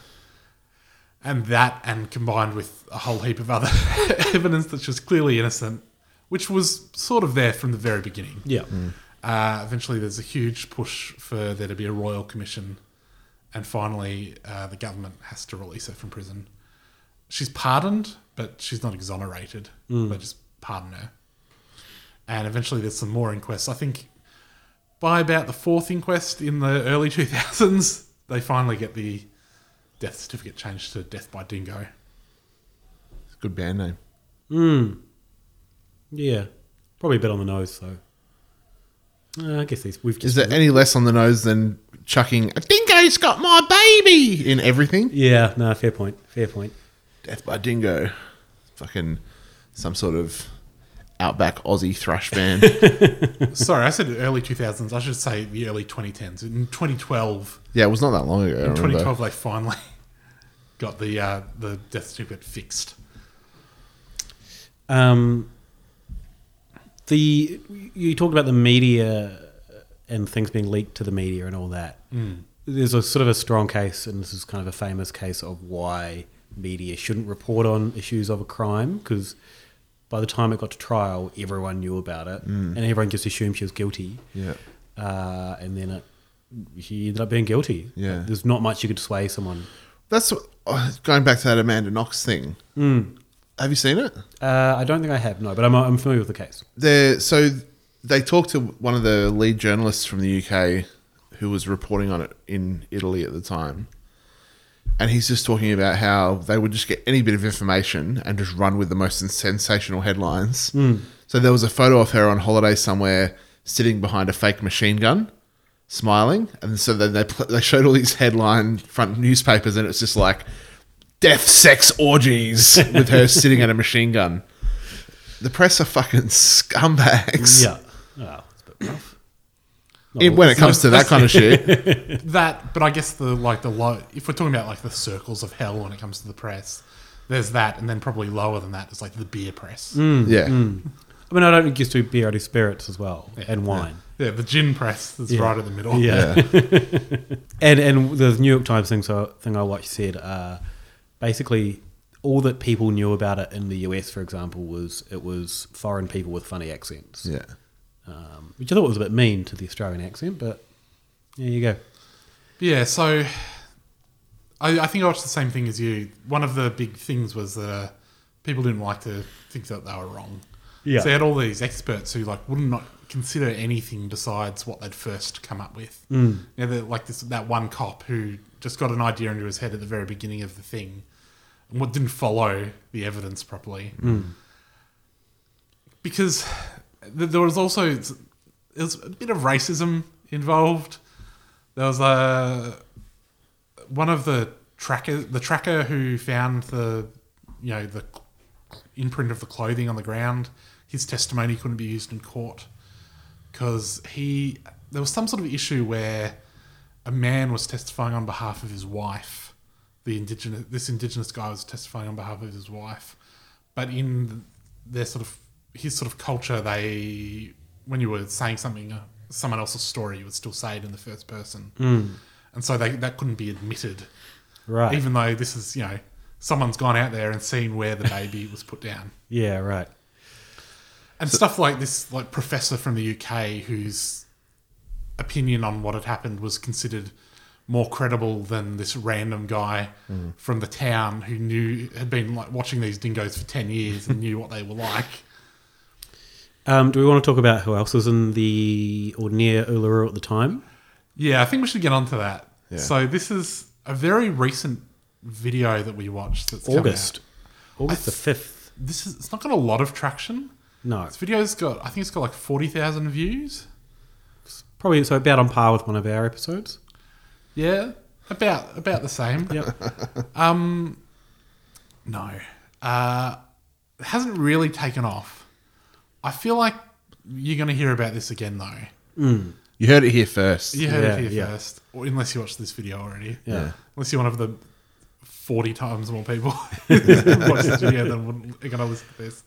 I: and that, and combined with a whole heap of other evidence that she was clearly innocent, which was sort of there from the very beginning.
K: Yeah.
I: Uh, eventually, there's a huge push for there to be a royal commission, and finally, uh, the government has to release her from prison. She's pardoned, but she's not exonerated.
K: Mm.
I: They just pardon her. And eventually, there's some more inquests. I think by about the fourth inquest in the early 2000s, they finally get the death certificate changed to death by dingo.
L: It's a good band name.
K: Mm. Yeah, probably a bit on the nose though. Uh, I guess these we've
L: Is
K: just
L: there any less on the nose than chucking a dingo's got my baby in everything?
K: yeah no fair point fair point.
L: Death by Dingo. Fucking some sort of outback Aussie thrash band.
I: Sorry, I said early 2000s. I should say the early 2010s. In 2012,
L: yeah, it was not that long ago. I
I: In
L: remember.
I: 2012, they finally got the uh, the death certificate fixed.
K: Um, the you talked about the media and things being leaked to the media and all that.
G: Mm.
K: There's a sort of a strong case, and this is kind of a famous case of why media shouldn't report on issues of a crime because by the time it got to trial, everyone knew about it,
L: Mm.
K: and everyone just assumed she was guilty.
L: Yeah.
K: uh, and then it, she ended up being guilty.
L: Yeah.
K: there's not much you could sway someone.
L: That's oh, going back to that Amanda Knox thing.
K: Mm.
L: Have you seen it?
K: Uh, I don't think I have no, but I'm, I'm familiar with the case.
L: There, so they talked to one of the lead journalists from the UK who was reporting on it in Italy at the time. And he's just talking about how they would just get any bit of information and just run with the most sensational headlines.
K: Mm.
L: So there was a photo of her on holiday somewhere sitting behind a fake machine gun, smiling. And so then they, pl- they showed all these headline front newspapers, and it's just like death, sex, orgies with her sitting at a machine gun. The press are fucking scumbags.
K: Yeah. Oh, it's a bit rough.
L: It- when it comes to that kind of shit.
I: that, but I guess the like the low. If we're talking about like the circles of hell when it comes to the press, there's that, and then probably lower than that is like the beer press.
K: Mm,
L: Yeah.
K: mm. I mean, I don't think you do beer out of spirits as well and wine.
I: Yeah, the gin press is
K: Yeah.
I: right in the middle.
K: Yeah. and and the New York Times thing, so, thing I watched said uh, basically all that people knew about it in the US, for example, was it was foreign people with funny accents.
L: Yeah.
K: Um, which I thought was a bit mean to the Australian accent, but there you go.
I: Yeah, so I, I think I watched the same thing as you. One of the big things was that uh, people didn't like to think that they were wrong.
K: Yeah.
I: So you had all these experts who like would not consider anything besides what they'd first come up with.
K: Mm.
I: You know, they're like this that one cop who just got an idea into his head at the very beginning of the thing, and what didn't follow the evidence properly
K: Mm.
I: because th- there was also it was a bit of racism involved. There was a one of the tracker, the tracker who found the you know the imprint of the clothing on the ground. His testimony couldn't be used in court because he there was some sort of issue where a man was testifying on behalf of his wife. The indigenous this indigenous guy was testifying on behalf of his wife, but in their sort of his sort of culture, they when you were saying something uh, someone else's story, you would still say it in the first person,
K: Mm.
I: and so they, that couldn't be admitted,
K: Right.
I: Even though this is you know someone's gone out there and seen where the baby was put down
K: Yeah, right.
I: and stuff like this like professor from the UK who's opinion on what had happened was considered more credible than this random guy
L: Mm.
I: from the town who knew had been like watching these dingoes for 10 years and knew what they were like
K: Um, do we want to talk about who else was in the or near Uluru at the time?
I: Yeah, I think we should get onto that.
K: Yeah.
I: So this is a very recent video that we watched. That's
K: August. August the fifth.
I: This is it's not got a lot of traction.
K: No.
I: this video's got I think it's got like forty thousand views.
K: Probably so about on par with one of our episodes.
I: Yeah, about about the same. yep. Um, no, uh, it hasn't really taken off. I feel like you're going to hear about this again though.
L: Mm. You heard it here first.
I: You heard it here first, or unless you watched this video already.
L: Yeah.
I: Unless you're one of the forty times more people who watch this video than would- are going to listen to this,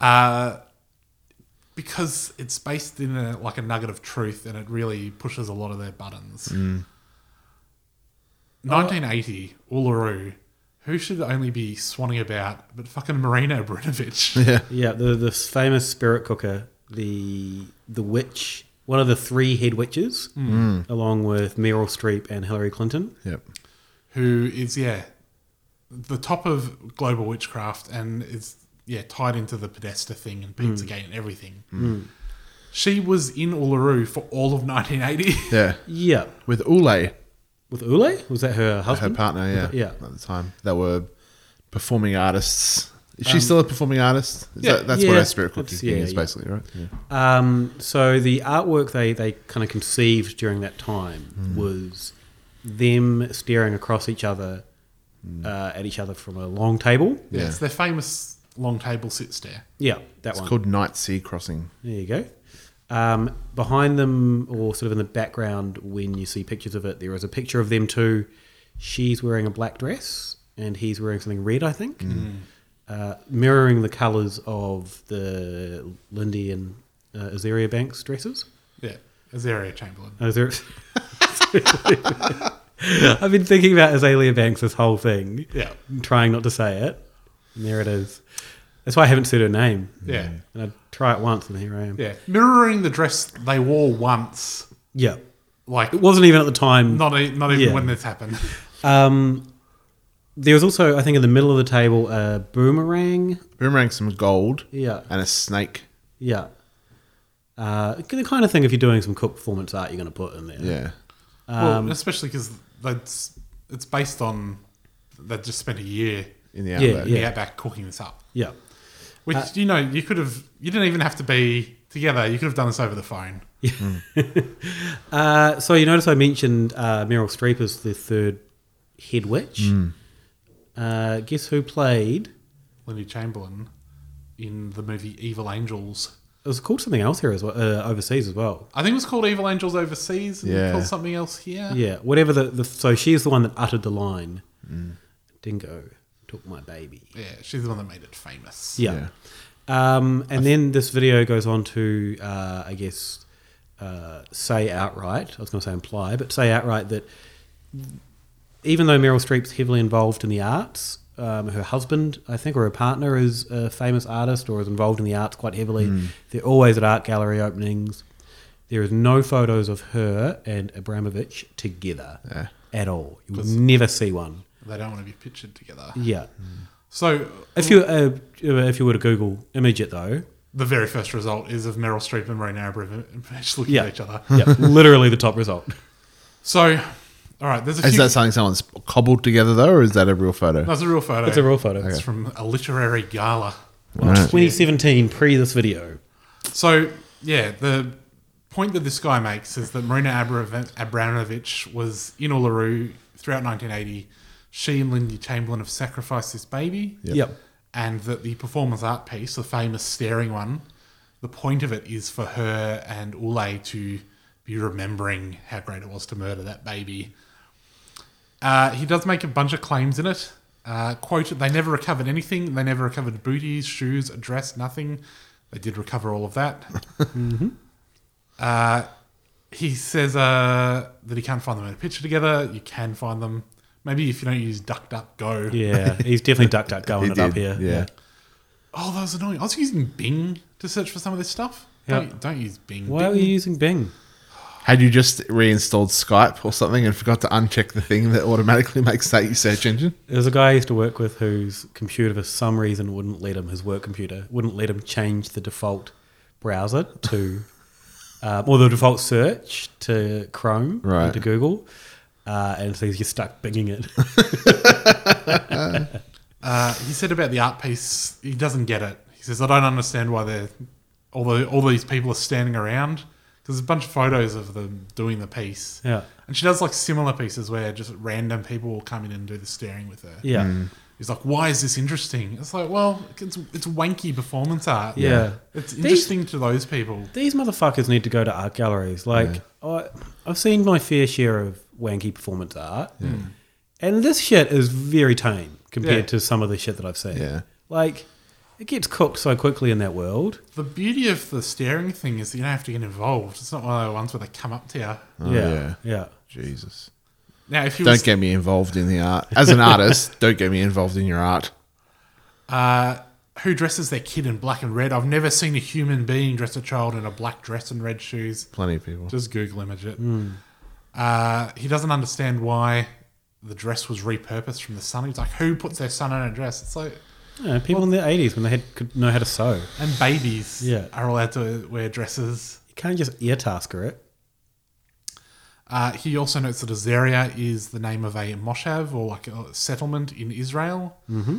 I: uh, because it's based in a, like a nugget of truth, and it really pushes a lot of their buttons.
L: Mm.
I: 1980, Uluru. Who should only be swanning about but fucking Marina Abramovich?
K: yeah. The the famous spirit cooker, the the witch, one of the three head witches,
I: Mm.
K: along with Meryl Streep and Hillary Clinton.
L: Yep.
I: who is yeah the top of global witchcraft and is yeah tied into the Podesta thing and
K: Mm.
I: Pizzagate and everything.
L: Mm.
I: She was in Uluru for all of 1980.
L: Yeah.
K: Yeah.
L: With Ule.
K: With Ule? Was that her husband?
L: Her partner, yeah.
K: Yeah.
L: At the time. They were performing artists. Is she
K: Um,
L: still a performing artist? Is
K: yeah.
L: that, that's what
K: Yeah.
L: our spirit cookie
K: That's-
L: thing
K: yeah,
L: is,
K: yeah.
L: basically, right? Yeah.
K: Um, so the artwork they, they kind of conceived during that time was them staring across each other uh, at each other from a long table.
I: Yeah. It's their famous long table sit stare.
K: Yeah, that
L: it's
K: one.
L: called Night Sea Crossing.
K: There you go. Um, behind them, or sort of in the background, when you see pictures of it, there is a picture of them too. She's wearing a black dress, and he's wearing something red, I think,
L: Mm.
K: uh, mirroring the colours of the Lindy and uh, Azaria Banks dresses.
I: Yeah. Azaria Chamberlain.
K: Azaria. I've been thinking about Azalea Banks this whole thing.
I: Yeah.
K: Trying not to say it. And there it is. That's why I haven't said her name.
I: Yeah.
K: And I try it once and here I am.
I: Yeah. Mirroring the dress they wore once.
K: Yeah.
I: Like
K: it wasn't even at the time.
I: Not e- not even
K: Yeah.
I: when this happened.
K: Um, there was also, I think, in the middle of the table, a boomerang.
L: Boomerang, some gold.
K: Yeah.
L: And a snake.
K: Yeah. Uh, the kind of thing if you're doing some cook performance art, you're going to put in there.
L: Yeah.
K: Um,
I: well, especially because that's it's based on they just spent a year
L: In the
K: Yeah, outback.
I: in the
K: yeah.
I: outback cooking this up.
K: Yeah.
I: which
K: Uh,
I: you know you could have you didn't even have to be together. You could have done this over the phone.
K: uh, so you notice I mentioned uh, Meryl Streep as the third head witch.
L: Mm.
K: Uh, guess who played?
I: Lindy Chamberlain in the movie Evil Angels.
K: It was called something else here as well, uh, overseas as well.
I: I think it was called Evil Angels Overseas. And
K: Yeah.
I: called something else here.
K: Yeah, whatever the, the so she's the one that uttered the line, "Dingo took my baby."
I: yeah, she's the one that made it famous.
K: Yeah. Um, and then this video goes on to, uh, I guess, uh, say outright, I was going to say imply, but say outright that even though Meryl Streep's heavily involved in the arts, um, her husband, I think, or her partner is a famous artist or is involved in the arts quite heavily.
L: Mm.
K: They're always at art gallery openings. There is no photos of her and Abramovich together at all. You'll
I: 'Cause-
K: never see one.
I: They don't want to be pictured together.
K: Yeah.
I: Ah. So
K: If you uh, if you were to Google image it though,
I: the very first result is of Meryl Streep and Ray Narabrovich looking
K: yeah,
I: at each other.
K: yeah, literally the top result.
I: So, all right, there's a
L: Is
I: few.
L: that something someone's cobbled together, though, or is that a real photo?
I: That's a real photo.
K: It's a real photo.
I: It's
K: Okay.
I: from a literary gala.
K: Well, 2017 pre this video.
I: So, yeah, the point that this guy makes is that Marina Abrav- Abramovich was in Uluru throughout 1980. She and Lindy Chamberlain have sacrificed this baby.
K: Yep. Yep.
I: And that the performance art piece, the famous staring one, the point of it is for her and Ule to be remembering how great it was to murder that baby. Uh, he does make a bunch of claims in it. Uh, quote, they never recovered anything. They never recovered booties, shoes, a dress, nothing. They did recover all of that. Uh, he says uh, that he can't find them in a picture together. You can find them. Maybe if you don't use DuckDuckGo.
K: Yeah, he's definitely duck duck going
L: He
K: it up
L: did,
K: here.
L: yeah.
I: Oh, that was annoying. I was using Bing to search for some of this stuff.
K: Yeah.
I: Don't, don't use Bing.
K: Why
I: Bing.
K: were you using Bing?
L: Had you just reinstalled Skype or something and forgot to uncheck the thing that automatically makes that your search engine?
K: There was a guy I used to work with whose computer, for some reason, wouldn't let him, his work computer, wouldn't let him change the default browser to, um, or the default search to Chrome or
L: Right.
K: to Google. Uh, and so he's just stuck binging it.
I: Uh, he said about the art piece, he doesn't get it. He says, I don't understand why they're all, the, all these people are standing around because there's a bunch of photos of them doing the piece.
K: Yeah.
I: And she does like similar pieces where just random people will come in and do the staring with her.
K: Yeah. Mm.
I: He's like, why is this interesting? It's like, well, it's, it's wanky performance art.
K: Yeah.
I: It's
K: These-
I: interesting to those people.
K: These motherfuckers need to go to art galleries. Like, I, I've seen my fair share of wanky performance art,
L: Yeah. Mm.
K: and this shit is very tame compared
I: Yeah.
K: to some of the shit that I've seen.
L: Yeah.
K: Like, it gets cooked so quickly in that world.
I: The beauty of the staring thing is that you don't have to get involved. It's not one of the ones where they come up to you.
L: Oh,
K: Yeah, yeah.
L: Jesus.
I: Now, if you
L: don't
I: was-
L: get me involved in the art. As an artist, don't get me involved in your art.
I: Uh, who dresses their kid in black and red? I've never seen a human being dress a child in a black dress and red shoes.
L: Plenty of people.
I: Just Google image it.
L: Hmm.
I: Uh, he doesn't understand why the dress was repurposed from the sun. He's like, who puts their son in a dress? It's like,
K: Yeah, people in their eighties when they had could know how to sew.
I: and babies
K: Yeah.
I: are allowed to wear dresses.
K: You can't just ear tasker it.
I: Uh, he also notes that Azaria is the name of a moshav or like a settlement in Israel,
K: Mm-hmm.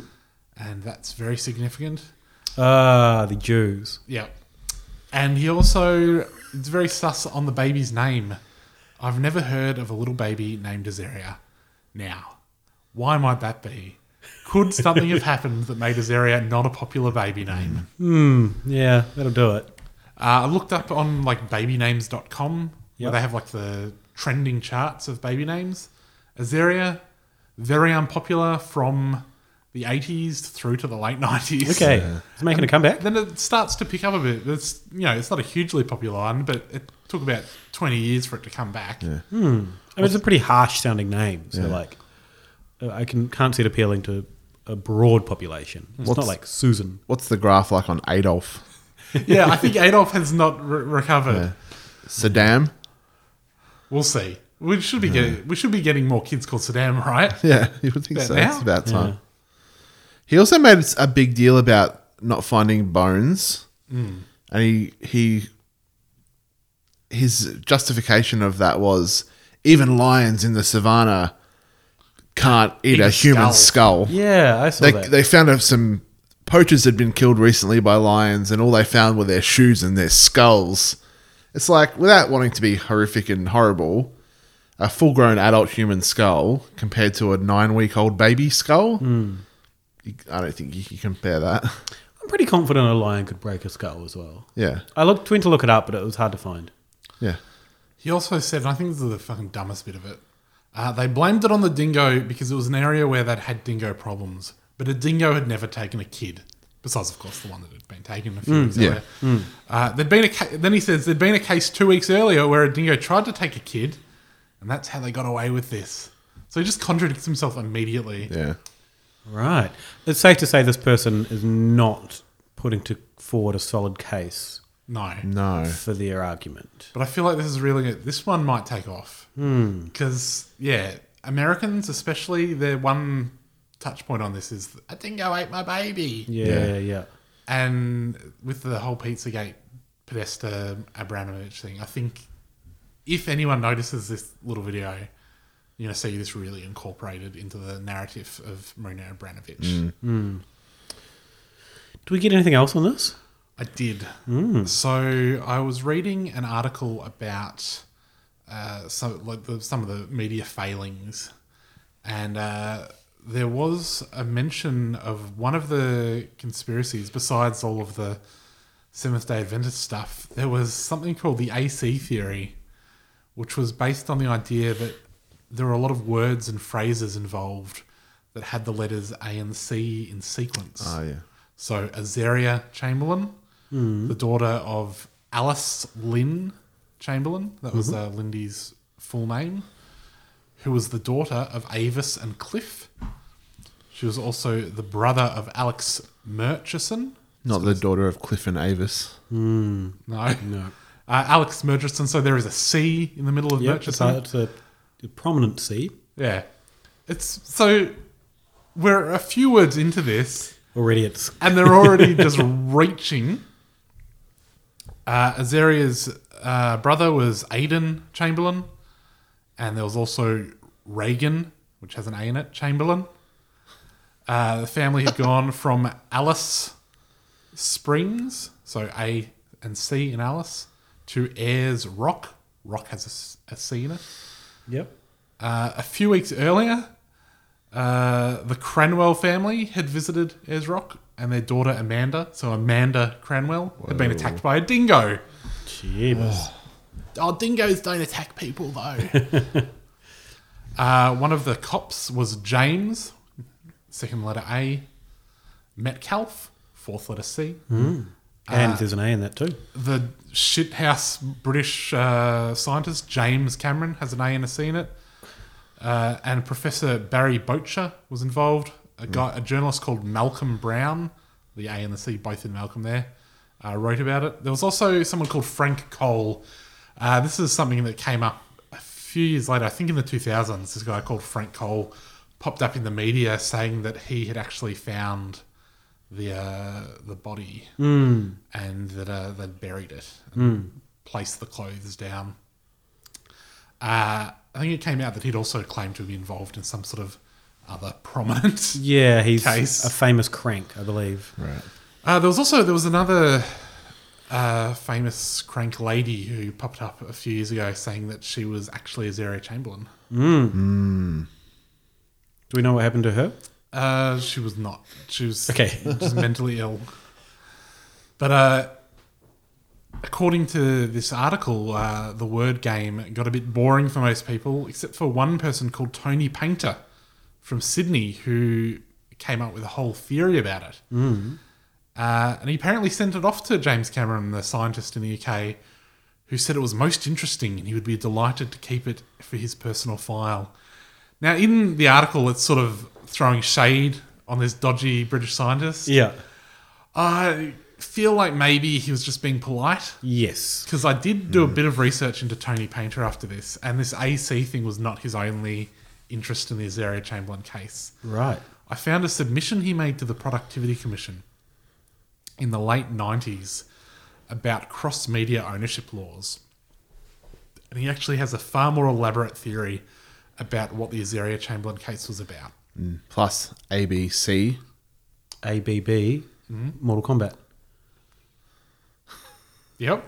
I: and that's very significant.
K: Ah, the Jews.
I: Yeah. And he also, it's very sus on the baby's name. I've never heard of a little baby named Azaria. Now, why might that be? Could something have happened that made Azaria not a popular baby name?
K: Hmm. Yeah, that'll do it.
I: Uh, I looked up on like babynames.com where
K: Yep.
I: they have like the trending charts of baby names. Azaria, very unpopular from the 80s through to the late 90s.
K: Okay,
L: uh,
K: Yeah. it's making a comeback.
I: Then it starts to pick up a bit. It's you know, it's not a hugely popular one, but it took about 20 years for it to come back.
L: Yeah.
K: Hmm. I mean, it's a pretty harsh sounding name. So,
I: Yeah.
K: like, uh, I can can't see it appealing to a broad population. It's not like Susan.
L: What's the graph like on Adolf?
I: Yeah, I think Adolf has not re- recovered.
L: Yeah. Saddam?
I: We'll see. We should be getting we should be getting more kids called Saddam, right?
L: Yeah, you would think
I: About
L: so.
I: now?
L: It's about time. He also made a big deal about not finding bones,
I: Mm.
L: and he he his justification of that was even lions in the savannah can't eat,
K: Eat
L: a,
K: a
L: human
K: skull.
L: skull.
K: Yeah, I saw
L: they,
K: that.
L: They found out some poachers had been killed recently by lions, and all they found were their shoes and their skulls. It's like without wanting to be horrific and horrible, a full-grown adult human skull compared to a nine-week-old baby skull. you- I don't think you can compare that.
K: I'm pretty confident a lion could break a skull as well.
L: Yeah.
K: I looked went to look it up, but it was hard to find.
I: He also said, and I think this is the fucking dumbest bit of it. Uh, they blamed it on the dingo because it was an area where they'd had dingo problems, but a dingo had never taken a kid, besides, of course, the one that had been taken a few
K: Mm,
I: weeks
K: yeah.
I: earlier.
K: Mm.
I: Uh, there'd been a ca- then he says there'd been a case two weeks earlier where a dingo tried to take a kid, and that's how they got away with this. So he just contradicts himself immediately.
L: Yeah.
K: Right. It's safe to say this person is not putting to forward a solid case.
I: No.
L: No.
K: For their argument.
I: But I feel like this is really good. This one might take off.
K: Hmm.
I: Because, yeah, Americans, especially, their one touch point on this is a dingo ate my baby.
K: Yeah, Yeah. yeah.
I: And with the whole Pizzagate Podesta Abramovich thing, I think if anyone notices this little video, you're going to see this really incorporated into the narrative of Marina Abramovich.
K: Mm. Hmm. Do we get anything else on this?
I: I did.
K: Mm.
I: So I was reading an article about uh, some like the, some of the media failings, and uh, there was a mention of one of the conspiracies. Besides all of the Seventh Day Adventist stuff, there was something called the AC theory, which was based on the idea that there were a lot of words and phrases involved that had the letters A and C in sequence.
L: Ah, yeah.
I: So Azaria Chamberlain,
K: Hmm.
L: Mhm.
I: the daughter of Alice Lynn Chamberlain, that was
L: Mhm.
K: Mm-hmm.
I: uh, Lindy's full name, who was the daughter of Avis and Cliff. She was also the brother of Alex Murchison.
L: Not the daughter of Cliff and Avis.
I: No.
K: No.
I: Uh, Uh, Alex Murchison. So there is a C in the middle of
K: Yep, it's
I: Murchison.
K: a- it's a, a prominent C.
I: Yeah. It's so we're a few words into this
K: already. It's
I: and they're already just reaching. Uh, Azaria's uh, brother was Aiden Chamberlain, and there was also Reagan, which has an A in it, Chamberlain. Uh, the family had gone from Alice Springs, so A and C in Alice, to Ayers Rock. Rock has a s- a C in it.
K: Yep.
I: Uh, a few weeks earlier, uh, the Cranwell family had visited Ayers Rock, and their daughter Amanda, so Amanda Cranwell, had been
K: Whoa.
I: attacked by a dingo.
K: Jeebus.
I: Oh, dingoes don't attack people though. uh, one of the cops was James, second letter A. Metcalf, fourth letter C.
K: Mm. And
I: Uh,
K: there's an A in that too.
I: the shithouse British uh, scientist James Cameron has an A and a C in it, uh, and Professor Barry Bocher was involved. A guy, a journalist called Malcolm Brown, the A and the C both in Malcolm there, uh, wrote about it. There was also someone called Frank Cole. Uh, this is something that came up a few years later, I think in the 2000s. This guy called Frank Cole popped up in the media saying that he had actually found the uh, the body
K: Mm.
I: and that uh, they'd buried it and placed the clothes down. Uh, I think it came out that he'd also claimed to be involved in some sort of other prominent
K: Yeah, he's
I: case.
K: a famous crank, I believe.
L: Right.
I: Uh, there was also there was another uh, famous crank lady who popped up a few years ago saying that she was actually Azaria Chamberlain.
K: Mm. Do we know what happened to her?
I: Uh, she was not. She was
K: Okay.
I: just mentally ill. But uh, according to this article, uh, the word game got a bit boring for most people, except for one person called Tony Painter from Sydney who came up with a whole theory about it.
K: Mm.
I: Uh, and he apparently sent it off to James Cameron, the scientist in the UK, who said it was most interesting and he would be delighted to keep it for his personal file. Now, in the article, it's sort of throwing shade on this dodgy British scientist.
K: Yeah.
I: I feel like maybe he was just being polite.
K: Yes.
I: Because I did do a bit of research into Tony Painter after this, and this AC thing was not his only interest in the Azaria Chamberlain case.
K: Right.
I: I found a submission he made to the Productivity Commission in the late 90s about cross media ownership laws. And he actually has a far more elaborate theory about what the Azaria Chamberlain case was about.
L: Mm. Plus ABC.
K: ABB,
I: Mm-hmm.
K: Mortal Kombat.
I: Yep.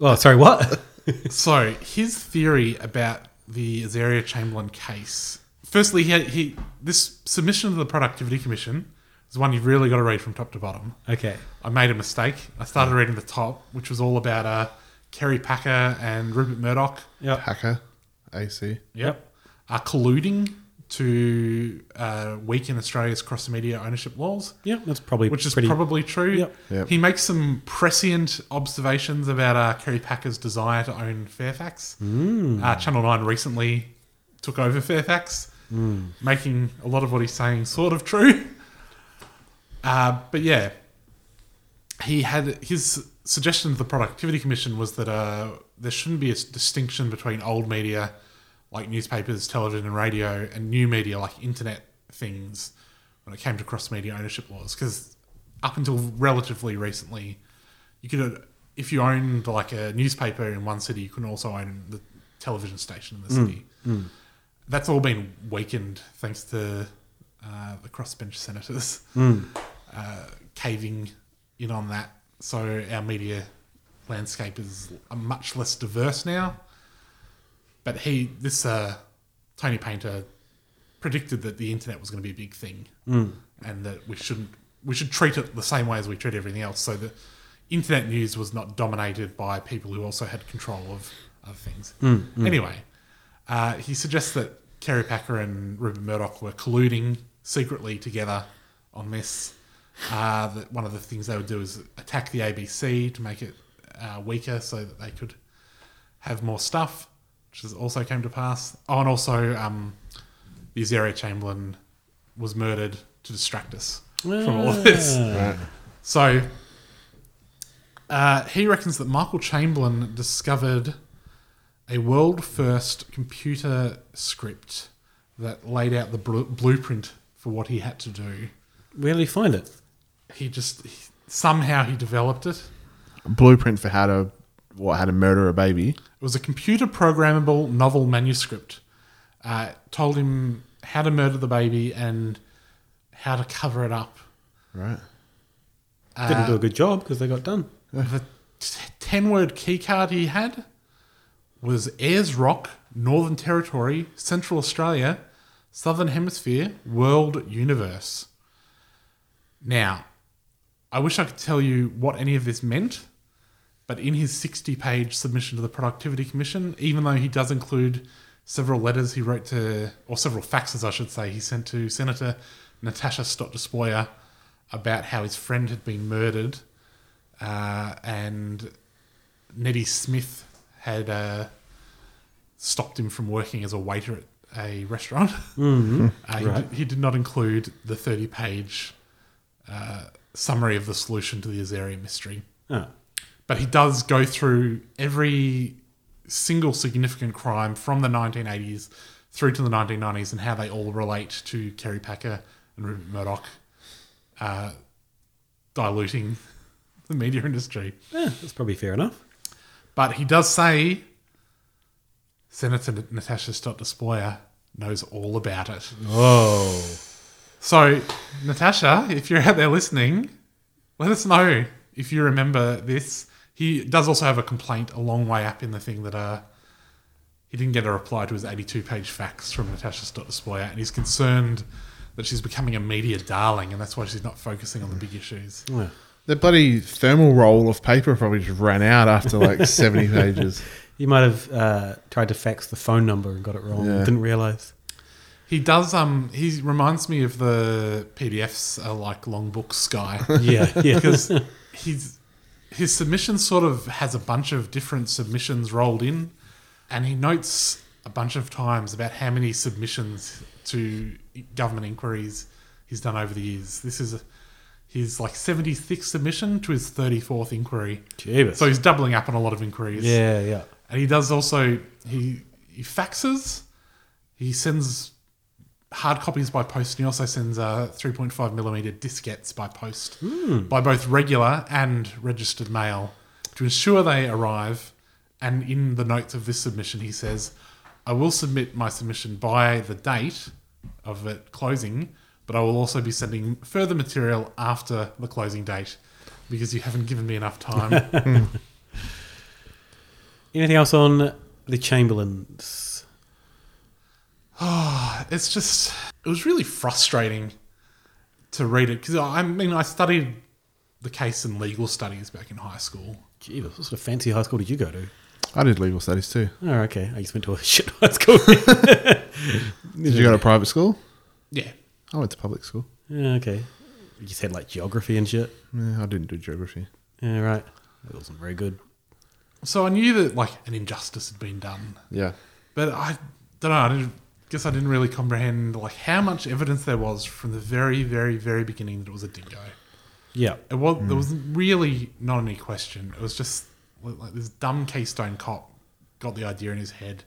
K: Oh, sorry, what?
I: so his theory about the Azaria Chamberlain case. Firstly, he, he this submission to the Productivity Commission is one you've really got to read from top to bottom.
K: Okay.
I: I made a mistake. I started reading the top, which was all about uh, Kerry Packer and Rupert Murdoch.
K: Yep.
L: Packer. AC.
I: Yep. Are colluding to uh, weaken Australia's cross media ownership laws.
K: Yeah, that's probably
I: which is
K: pretty-
I: probably true.
K: Yep.
L: Yep.
I: He makes some prescient observations about uh, Kerry Packer's desire to own Fairfax.
K: Mm.
I: Uh, Channel Nine recently took over Fairfax,
K: Mm.
I: making a lot of what he's saying sort of true. Uh, but yeah, he had his suggestion to the Productivity Commission was that uh, there shouldn't be a s- distinction between old media, like newspapers, television, and radio, and new media, like internet things, when it came to cross media ownership laws. Because up until relatively recently, you could, if you owned like a newspaper in one city, you can also own the television station in the
K: Mm,
I: city.
K: mm.
I: That's all been weakened thanks to uh, the crossbench senators
K: Mm.
I: uh, caving in on that. So our media landscape is much less diverse now. But he, this uh, Tony Painter, predicted that the internet was going to be a big thing,
K: Mm.
I: and that we shouldn't we should treat it the same way as we treat everything else. So the internet news was not dominated by people who also had control of other things.
K: Mm, mm.
I: Anyway, uh, he suggests that Kerry Packer and Rupert Murdoch were colluding secretly together on this. Uh, that one of the things they would do is attack the ABC to make it uh, weaker so that they could have more stuff, which is also came to pass. Oh, and also um, the Azaria Chamberlain was murdered to distract us from all of this.
K: Ah. Right.
I: So Uh, he reckons that Michael Chamberlain discovered a world first computer script that laid out the blu- blueprint for what he had to do.
K: Where did he find it?
I: He just he- somehow he developed it.
L: Blueprint for how to what how to murder a baby.
I: It was a computer programmable novel manuscript. Uh, it told him how to murder the baby and how to cover it up.
L: Right.
K: Didn't do a good job because they got done.
I: The t- 10 word key card he had was Ayers Rock, Northern Territory, Central Australia, Southern Hemisphere, World Universe. Now, I wish I could tell you what any of this meant, but in his 60 page submission to the Productivity Commission, even though he does include several letters he wrote to, or several faxes, I should say, he sent to Senator Natasha Stott Despoja about how his friend had been murdered uh, and Nettie Smith had uh, stopped him from working as a waiter at a restaurant.
K: Mhm.
I: Uh, he,
K: Right.
I: did, he did not include the 30 page uh, summary of the solution to the Azaria mystery.
K: Oh.
I: But he does go through every single significant crime from the 1980s through to the 1990s and how they all relate to Kerry Packer and Rupert Murdoch uh, diluting the media industry.
K: Yeah, that's probably fair enough.
I: But he does say Senator N- Natasha Stott Despoja knows all about it.
K: Oh.
I: So, Natasha, if you're out there listening, let us know if you remember this. He does also have a complaint a long way up in the thing that uh, he didn't get a reply to his 82 page fax from Natasha Stott Despoja, and he's concerned that she's becoming a media darling, and that's why she's not focusing on the big issues.
L: The bloody thermal roll of paper probably just ran out after like 70 pages.
K: You might have uh, tried to fax the phone number and got it wrong.
L: Yeah.
K: Didn't realize.
I: He does. Um, he reminds me of the PDFs are like long books guy.
K: Yeah, yeah.
I: because he's his submission sort of has a bunch of different submissions rolled in, and he notes a bunch of times about how many submissions to government inquiries he's done over the years. This is his like seventy sixth submission to his thirty fourth inquiry.
K: Jeebus.
I: So he's doubling up on a lot of inquiries.
K: Yeah, yeah.
I: And he does also he he faxes, he sends hard copies by post, and he also sends uh, 3.5 millimeter diskettes by post
K: Hmm.
I: by both regular and registered mail to ensure they arrive. And in the notes of this submission, he says, "I will submit my submission by the date of it closing, but I will also be sending further material after the closing date." Because you haven't given me enough time.
K: Anything else on the Chamberlains?
I: Oh, it's just it was really frustrating to read it because I mean I studied the case in legal studies back in high school.
K: Jeebus, what sort of fancy high school did you go to?
L: I did legal studies too.
K: Oh, okay. I just went to a shit high school.
L: Did you go to private school?
I: Yeah.
L: I went to public school.
K: Yeah, okay. You just had like geography and shit.
L: Yeah, I didn't do geography.
K: Yeah, right. That wasn't very good.
I: So I knew that like an injustice had been done.
L: Yeah.
I: But I don't know. I didn't, guess I didn't really comprehend like how much evidence there was from the very, very, very beginning that it was a dingo.
K: Yeah.
I: It was.
K: Mm.
I: There was really not any question. It was just like this dumb Keystone cop got the idea in his head,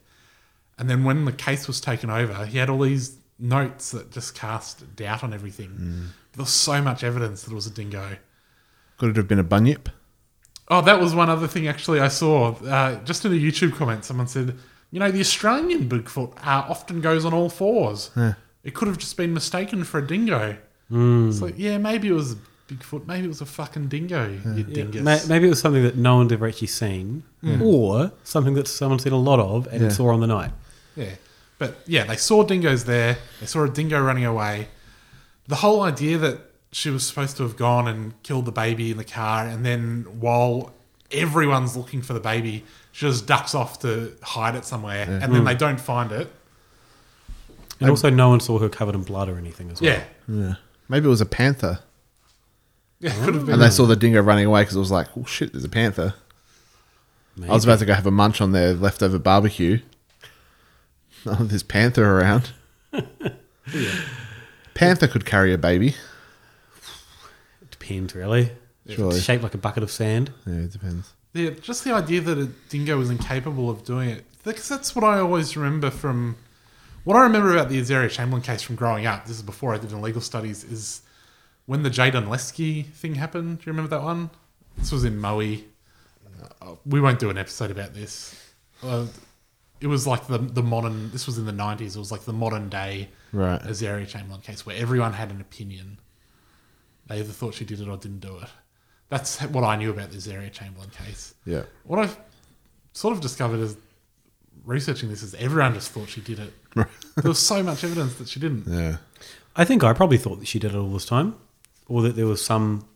I: and then when the case was taken over, he had all these notes that just cast doubt on everything. There was so much evidence that it was a dingo.
L: Could it have been a bunyip?
I: Oh, that was one other thing actually I saw. Uh, just in a YouTube comment, someone said, you know, the Australian Bigfoot uh, often goes on all fours.
L: Yeah.
I: It could have just been mistaken for a dingo.
K: Mm.
I: It's like, yeah, maybe it was a Bigfoot. Maybe it was a fucking dingo, you
K: Yeah,
I: dingus.
K: ma- maybe it was something that no one's ever actually seen,
I: Mm.
K: or something that someone's seen a lot of and
I: Yeah.
K: saw on the night.
I: Yeah. But yeah, they saw dingoes there. They saw a dingo running away. The whole idea that she was supposed to have gone and killed the baby in the car, and then while everyone's looking for the baby, she just ducks off to hide it somewhere,
K: Yeah.
I: and then
K: Mm.
I: they don't find it.
K: And
I: Um,
K: also, no one saw her covered in blood or anything as well.
I: Yeah.
L: Yeah. Maybe it was a panther.
I: Yeah, it could have been.
L: And they saw the dingo running away because it was like, oh shit, there's a panther. I was about to go have a munch on their leftover barbecue. Oh, there's panther around. Panther could carry a baby.
K: Depends, really. If it's shaped like a bucket of sand.
L: Yeah, it depends.
I: Yeah, just the idea that a dingo was incapable of doing it. Because that's what I always remember from. What I remember about the Azaria Chamberlain case from growing up, this is before I did in legal studies, is when the Jay Dunleski thing happened. Do you remember that one? This was in Maui. Uh, we won't do an episode about this. Uh, it was like the the modern. This was in the nineties. It was like the modern day
L: Right.
I: Azaria Chamberlain case where everyone had an opinion. They either thought she did it or didn't do it. That's what I knew about the Azaria Chamberlain case.
L: Yeah.
I: What I've sort of discovered is researching this is everyone just thought she did it.
L: Right.
I: There was so much evidence that she didn't.
L: Yeah.
K: I think I probably thought that she did it all this time, or that there was some,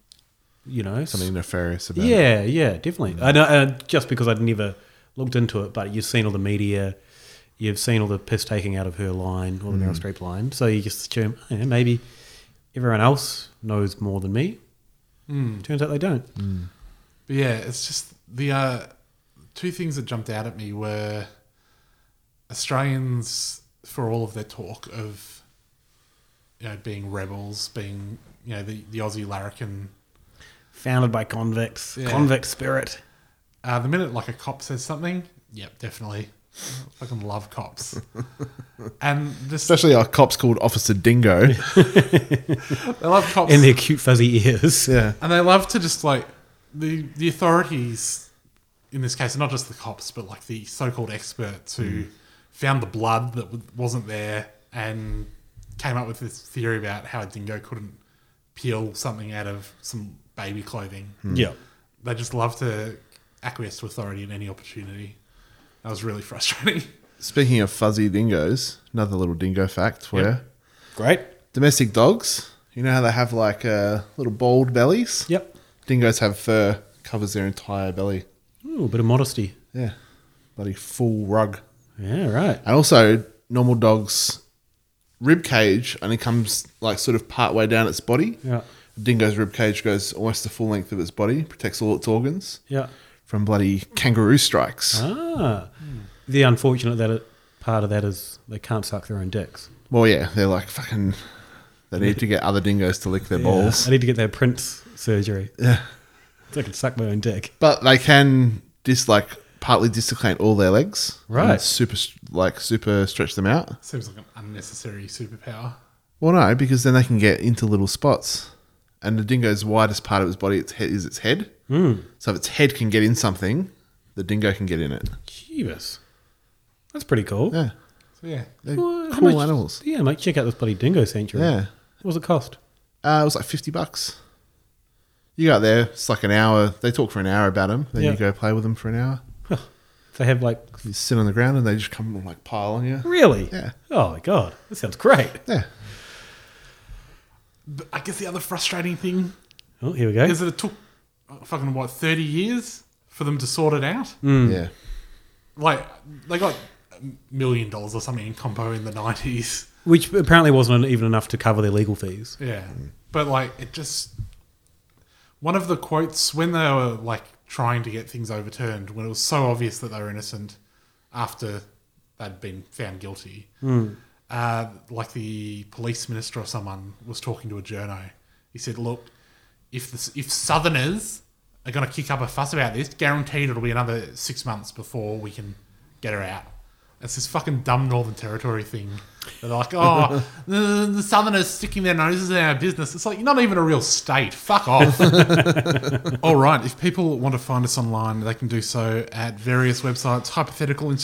K: you know,
L: Something nefarious about
K: yeah, it. Yeah, yeah, definitely. I know, uh, just because I'd never looked into it, but you've seen all the media, you've seen all the piss taking out of her line or the Meryl
L: Mm.
K: Streep line, so you just assume oh, yeah, maybe everyone else knows more than me.
L: Hmm.
I: Mm.
K: Turns out they don't.
I: But yeah, it's just the uh, two things that jumped out at me were Australians, for all of their talk of you know being rebels, being you know the, the Aussie larrikin,
K: Founded by convicts,
I: Yeah.
K: convict spirit.
I: Uh, the minute like a cop says something, yep, definitely. I fucking love cops. and this,
L: Especially our cops called Officer Dingo.
I: I love cops
K: And their cute fuzzy ears.
L: Yeah.
I: And they love to just like the the authorities in this case, not just the cops, but like the so-called experts who
L: Mm.
I: found the blood that w- wasn't there and came up with this theory about how a dingo couldn't peel something out of some baby clothing.
K: Mm. Yeah.
I: They just love to acquiesce to authority in any opportunity. That was really frustrating.
L: Speaking of fuzzy dingoes, another little dingo fact for
I: Yep.
L: you. Great. Domestic dogs, you know how they have like uh, little bald bellies?
K: Yep.
L: Dingoes have fur, covers their entire belly.
K: Ooh, a bit of modesty.
L: Yeah. Bloody full rug.
K: Yeah, right.
L: And also, normal dogs' rib cage only comes like sort of part way down its body.
K: Yeah.
L: Dingo's rib cage goes almost the full length of its body, protects all its organs.
K: Yeah.
L: From bloody kangaroo strikes.
K: Ah, the unfortunate that it, part of that is they can't suck their own dicks.
L: Well, yeah, they're like fucking. They need to get other dingoes to lick their balls.
K: I need to get their prince surgery.
L: Yeah.
K: so I can suck my own dick.
L: But they can just like partly dislocate all their legs.
K: Right.
L: and Super, like super stretch them out.
I: Seems like an unnecessary superpower.
L: Well, no, because then they can get into little spots. And the dingo's widest part of its body its head, is its head.
K: Mm.
L: So if its head can get in something, the dingo can get in it.
K: Jeebus. That's pretty cool.
L: Yeah.
I: So yeah,
L: They're
K: Well, Oh. how
L: cool
K: much-
L: animals.
K: Yeah, mate, check out this bloody dingo sanctuary.
L: Yeah.
K: What was it cost?
L: Uh, it was like 50 bucks. You go out there, it's like an hour. They talk for an hour about them. Then
K: Yeah.
L: you go play with them for an hour.
K: They have like.
L: You sit on the ground and they just come and like pile on you.
K: Really?
L: Yeah.
K: Oh, my God. That sounds great.
L: Yeah.
I: But I guess the other frustrating thing
K: Oh, here we go.
I: Is that it took uh, fucking what thirty years for them to sort it out?
K: Mm.
L: Yeah.
I: Like they got a million dollars or something in compo in the nineties.
K: Which apparently wasn't even enough to cover their legal fees.
I: Yeah, but like it just one of the quotes when they were like trying to get things overturned when it was so obvious that they were innocent after they'd been found guilty.
K: Mm.
I: Uh, like the police minister or someone was talking to a journo. He said, "Look, if the, if Southerners are going to kick up a fuss about this, guaranteed it'll be another six months before we can get her out." It's this fucking dumb Northern Territory thing. They're like, "Oh, the, the Southerners sticking their noses in our business." It's like you're not even a real state. Fuck off. All right. If people want to find us online, they can do so at various websites: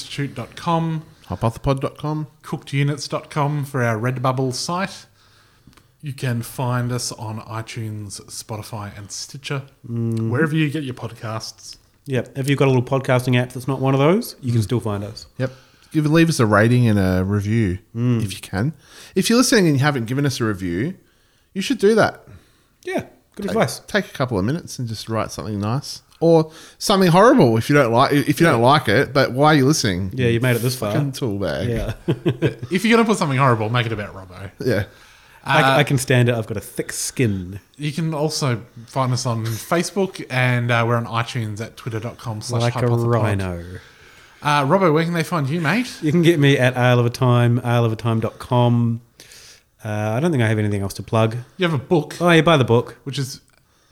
I: hypotheticalinstitute.com,
L: Hypothepod.com.
I: cookedunits.com for our Redbubble site. You can find us on iTunes, Spotify, and Stitcher,
L: Mm.
K: Mhm.
I: wherever you get your podcasts.
K: Yep. If you've got a little podcasting app that's not one of those, you can still find us.
L: Yep. Give leave us a rating and a Uh, review if you can. If you're listening and you haven't given us a review, you should do that.
K: Yeah. Good
L: Take-
K: advice.
L: Take a couple of minutes and just write something nice or something horrible if you don't like if you don't like it. But why are you listening?
K: Yeah, you made it this far.
L: Fucking tool bag.
K: Yeah.
I: If you're going to put something horrible, make it about Robbo.
L: Yeah.
I: Uh,
K: I, I can stand it. I've got a thick skin.
I: You can also find us on Facebook, and uh, we're on iTunes at twitter.com slash
K: Like a
I: hypothepod.
K: rhino.
I: Uh, Robbo, where can they find you, mate?
K: You can get me at Ale of a Time, aleofatime.com. Uh, I don't think I have anything else to plug.
I: You have a book.
K: Oh, yeah, buy the book.
I: Which is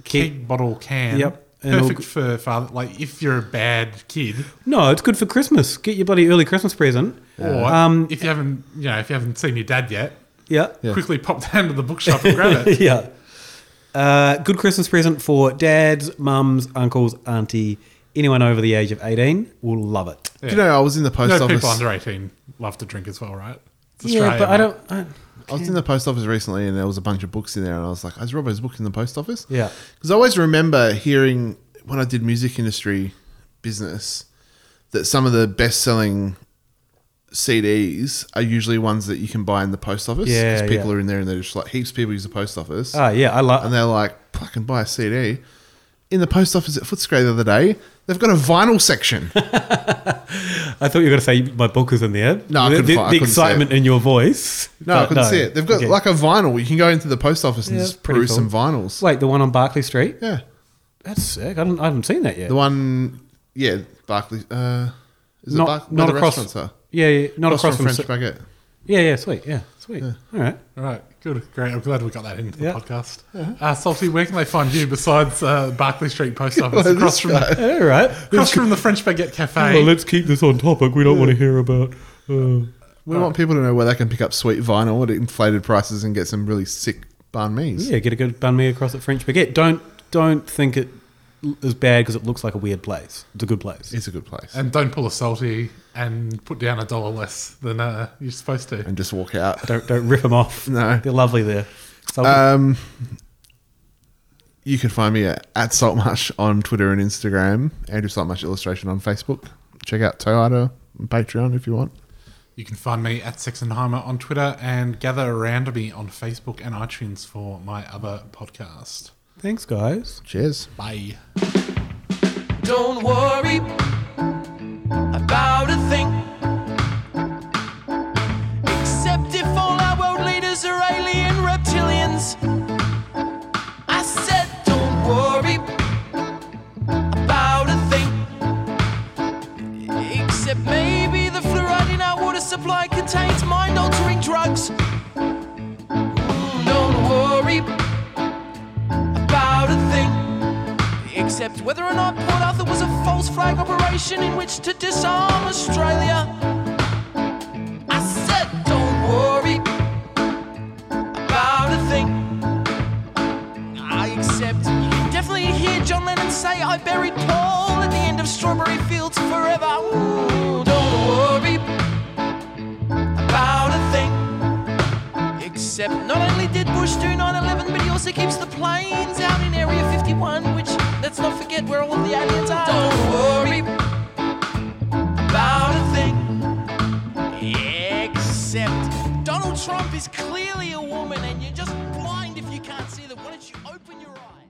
I: keg bottle can.
K: Yep. And it'll-
I: Perfect for father. Like if you're a bad kid,
K: No, it's good for Christmas. Get your bloody early Christmas present.
I: or
K: Um,
I: if you haven't, you know, if you haven't seen your dad yet,
K: Yeah. Yeah.
I: quickly pop down to the bookshop and grab it.
K: yeah. Uh, good Christmas present for dads, mums, uncles, auntie, anyone over the age of 18 will love it.
I: Yeah. no, People under eighteen love to drink as well, right?
K: Yeah, but I don't. I,
L: I was in the post office recently, and there was a bunch of books in there, and I was like, "Is Robbo's book in the post office?"
K: Yeah.
L: because I always remember hearing when I did music industry business that some of the best-selling CDs are usually ones that you can buy in the post office. 'cause
K: Yeah, yeah.
L: people are in there, and they're just like heaps of people use the post office.
K: Ah, yeah, I love.
L: And they're like, "I can buy a CD." In the post office at Footscray the other day, they've got a vinyl section.
K: I thought you were going to say my book is in there.
L: No, I
K: the,
L: couldn't
K: the,
L: fi- I couldn't
K: the
L: see it.
K: excitement in your voice.
L: No, I
K: but
L: couldn't see it. They've got
K: Okay.
L: like a vinyl. You can go into the post office and
K: Yeah,
L: just
K: pretty
L: peruse some
K: cool.
L: vinyls.
K: Wait, the one on Barclay Street?
L: Yeah.
K: That's sick. I, don't, I haven't seen that yet.
L: The one, yeah, Barclay. Uh, is it
K: Not-
L: Barclay?
K: not
L: Not the
K: across-
L: across. Restaurants are.
K: yeah, yeah, not across from
L: French
K: Sa-
L: Baguette.
K: Yeah, yeah, sweet. Yeah, sweet. All right.
I: All right, good, great. I'm glad we got that into the podcast.
K: Yeah.
I: Uh, Salty, where can they find you besides uh, Barclay Street Post Office?
K: Well,
I: across
K: this
I: from
K: guy.
I: the,
K: All right.
I: across from the French Baguette Cafe.
K: Well, let's keep this on topic. We don't want to hear about. Uh,
L: We want people to know where they can pick up sweet vinyl at inflated prices and get some really sick banh mi's.
K: Yeah, get a good bun me across at French Baguette. Don't don't think it l- is bad because it looks like a weird place. It's a good place.
L: It's a good place.
I: And don't pull a salty and put down a dollar less than uh, you're supposed to.
L: And just walk out.
K: Don't don't rip them off.
L: No,
K: they're lovely there. Salty.
L: Um, you can find me at, at Saltmarsh on Twitter and Instagram. Andrew Saltmarsh Illustration on Facebook. Check out Toyota and Patreon if you want.
I: You can find me at Sexenheimer on Twitter and gather around me on Facebook and iTunes for my other podcast.
K: Thanks, guys.
L: Cheers.
I: Bye.
M: Don't worry about a thing. Except if all our world leaders are alien reptilians. I said, don't worry about a thing. Except maybe the fluoride in our water supply contains mind altering drugs. Mm, Don't worry about a thing. Except whether or not Port Arthur was a false flag operation in which to disarm Australia. I said, don't worry about a thing. I accept. You can definitely hear John Lennon say, I buried Paul at the end of Strawberry Fields forever. Ooh, don't worry about a thing. Except not only did Bush do 9-11, but he also keeps the planes out in Area 51, which let's not forget where all the aliens are. Don't worry about a thing. Except Donald Trump is clearly a woman and you're just blind if you can't see that. Why don't you open your eyes?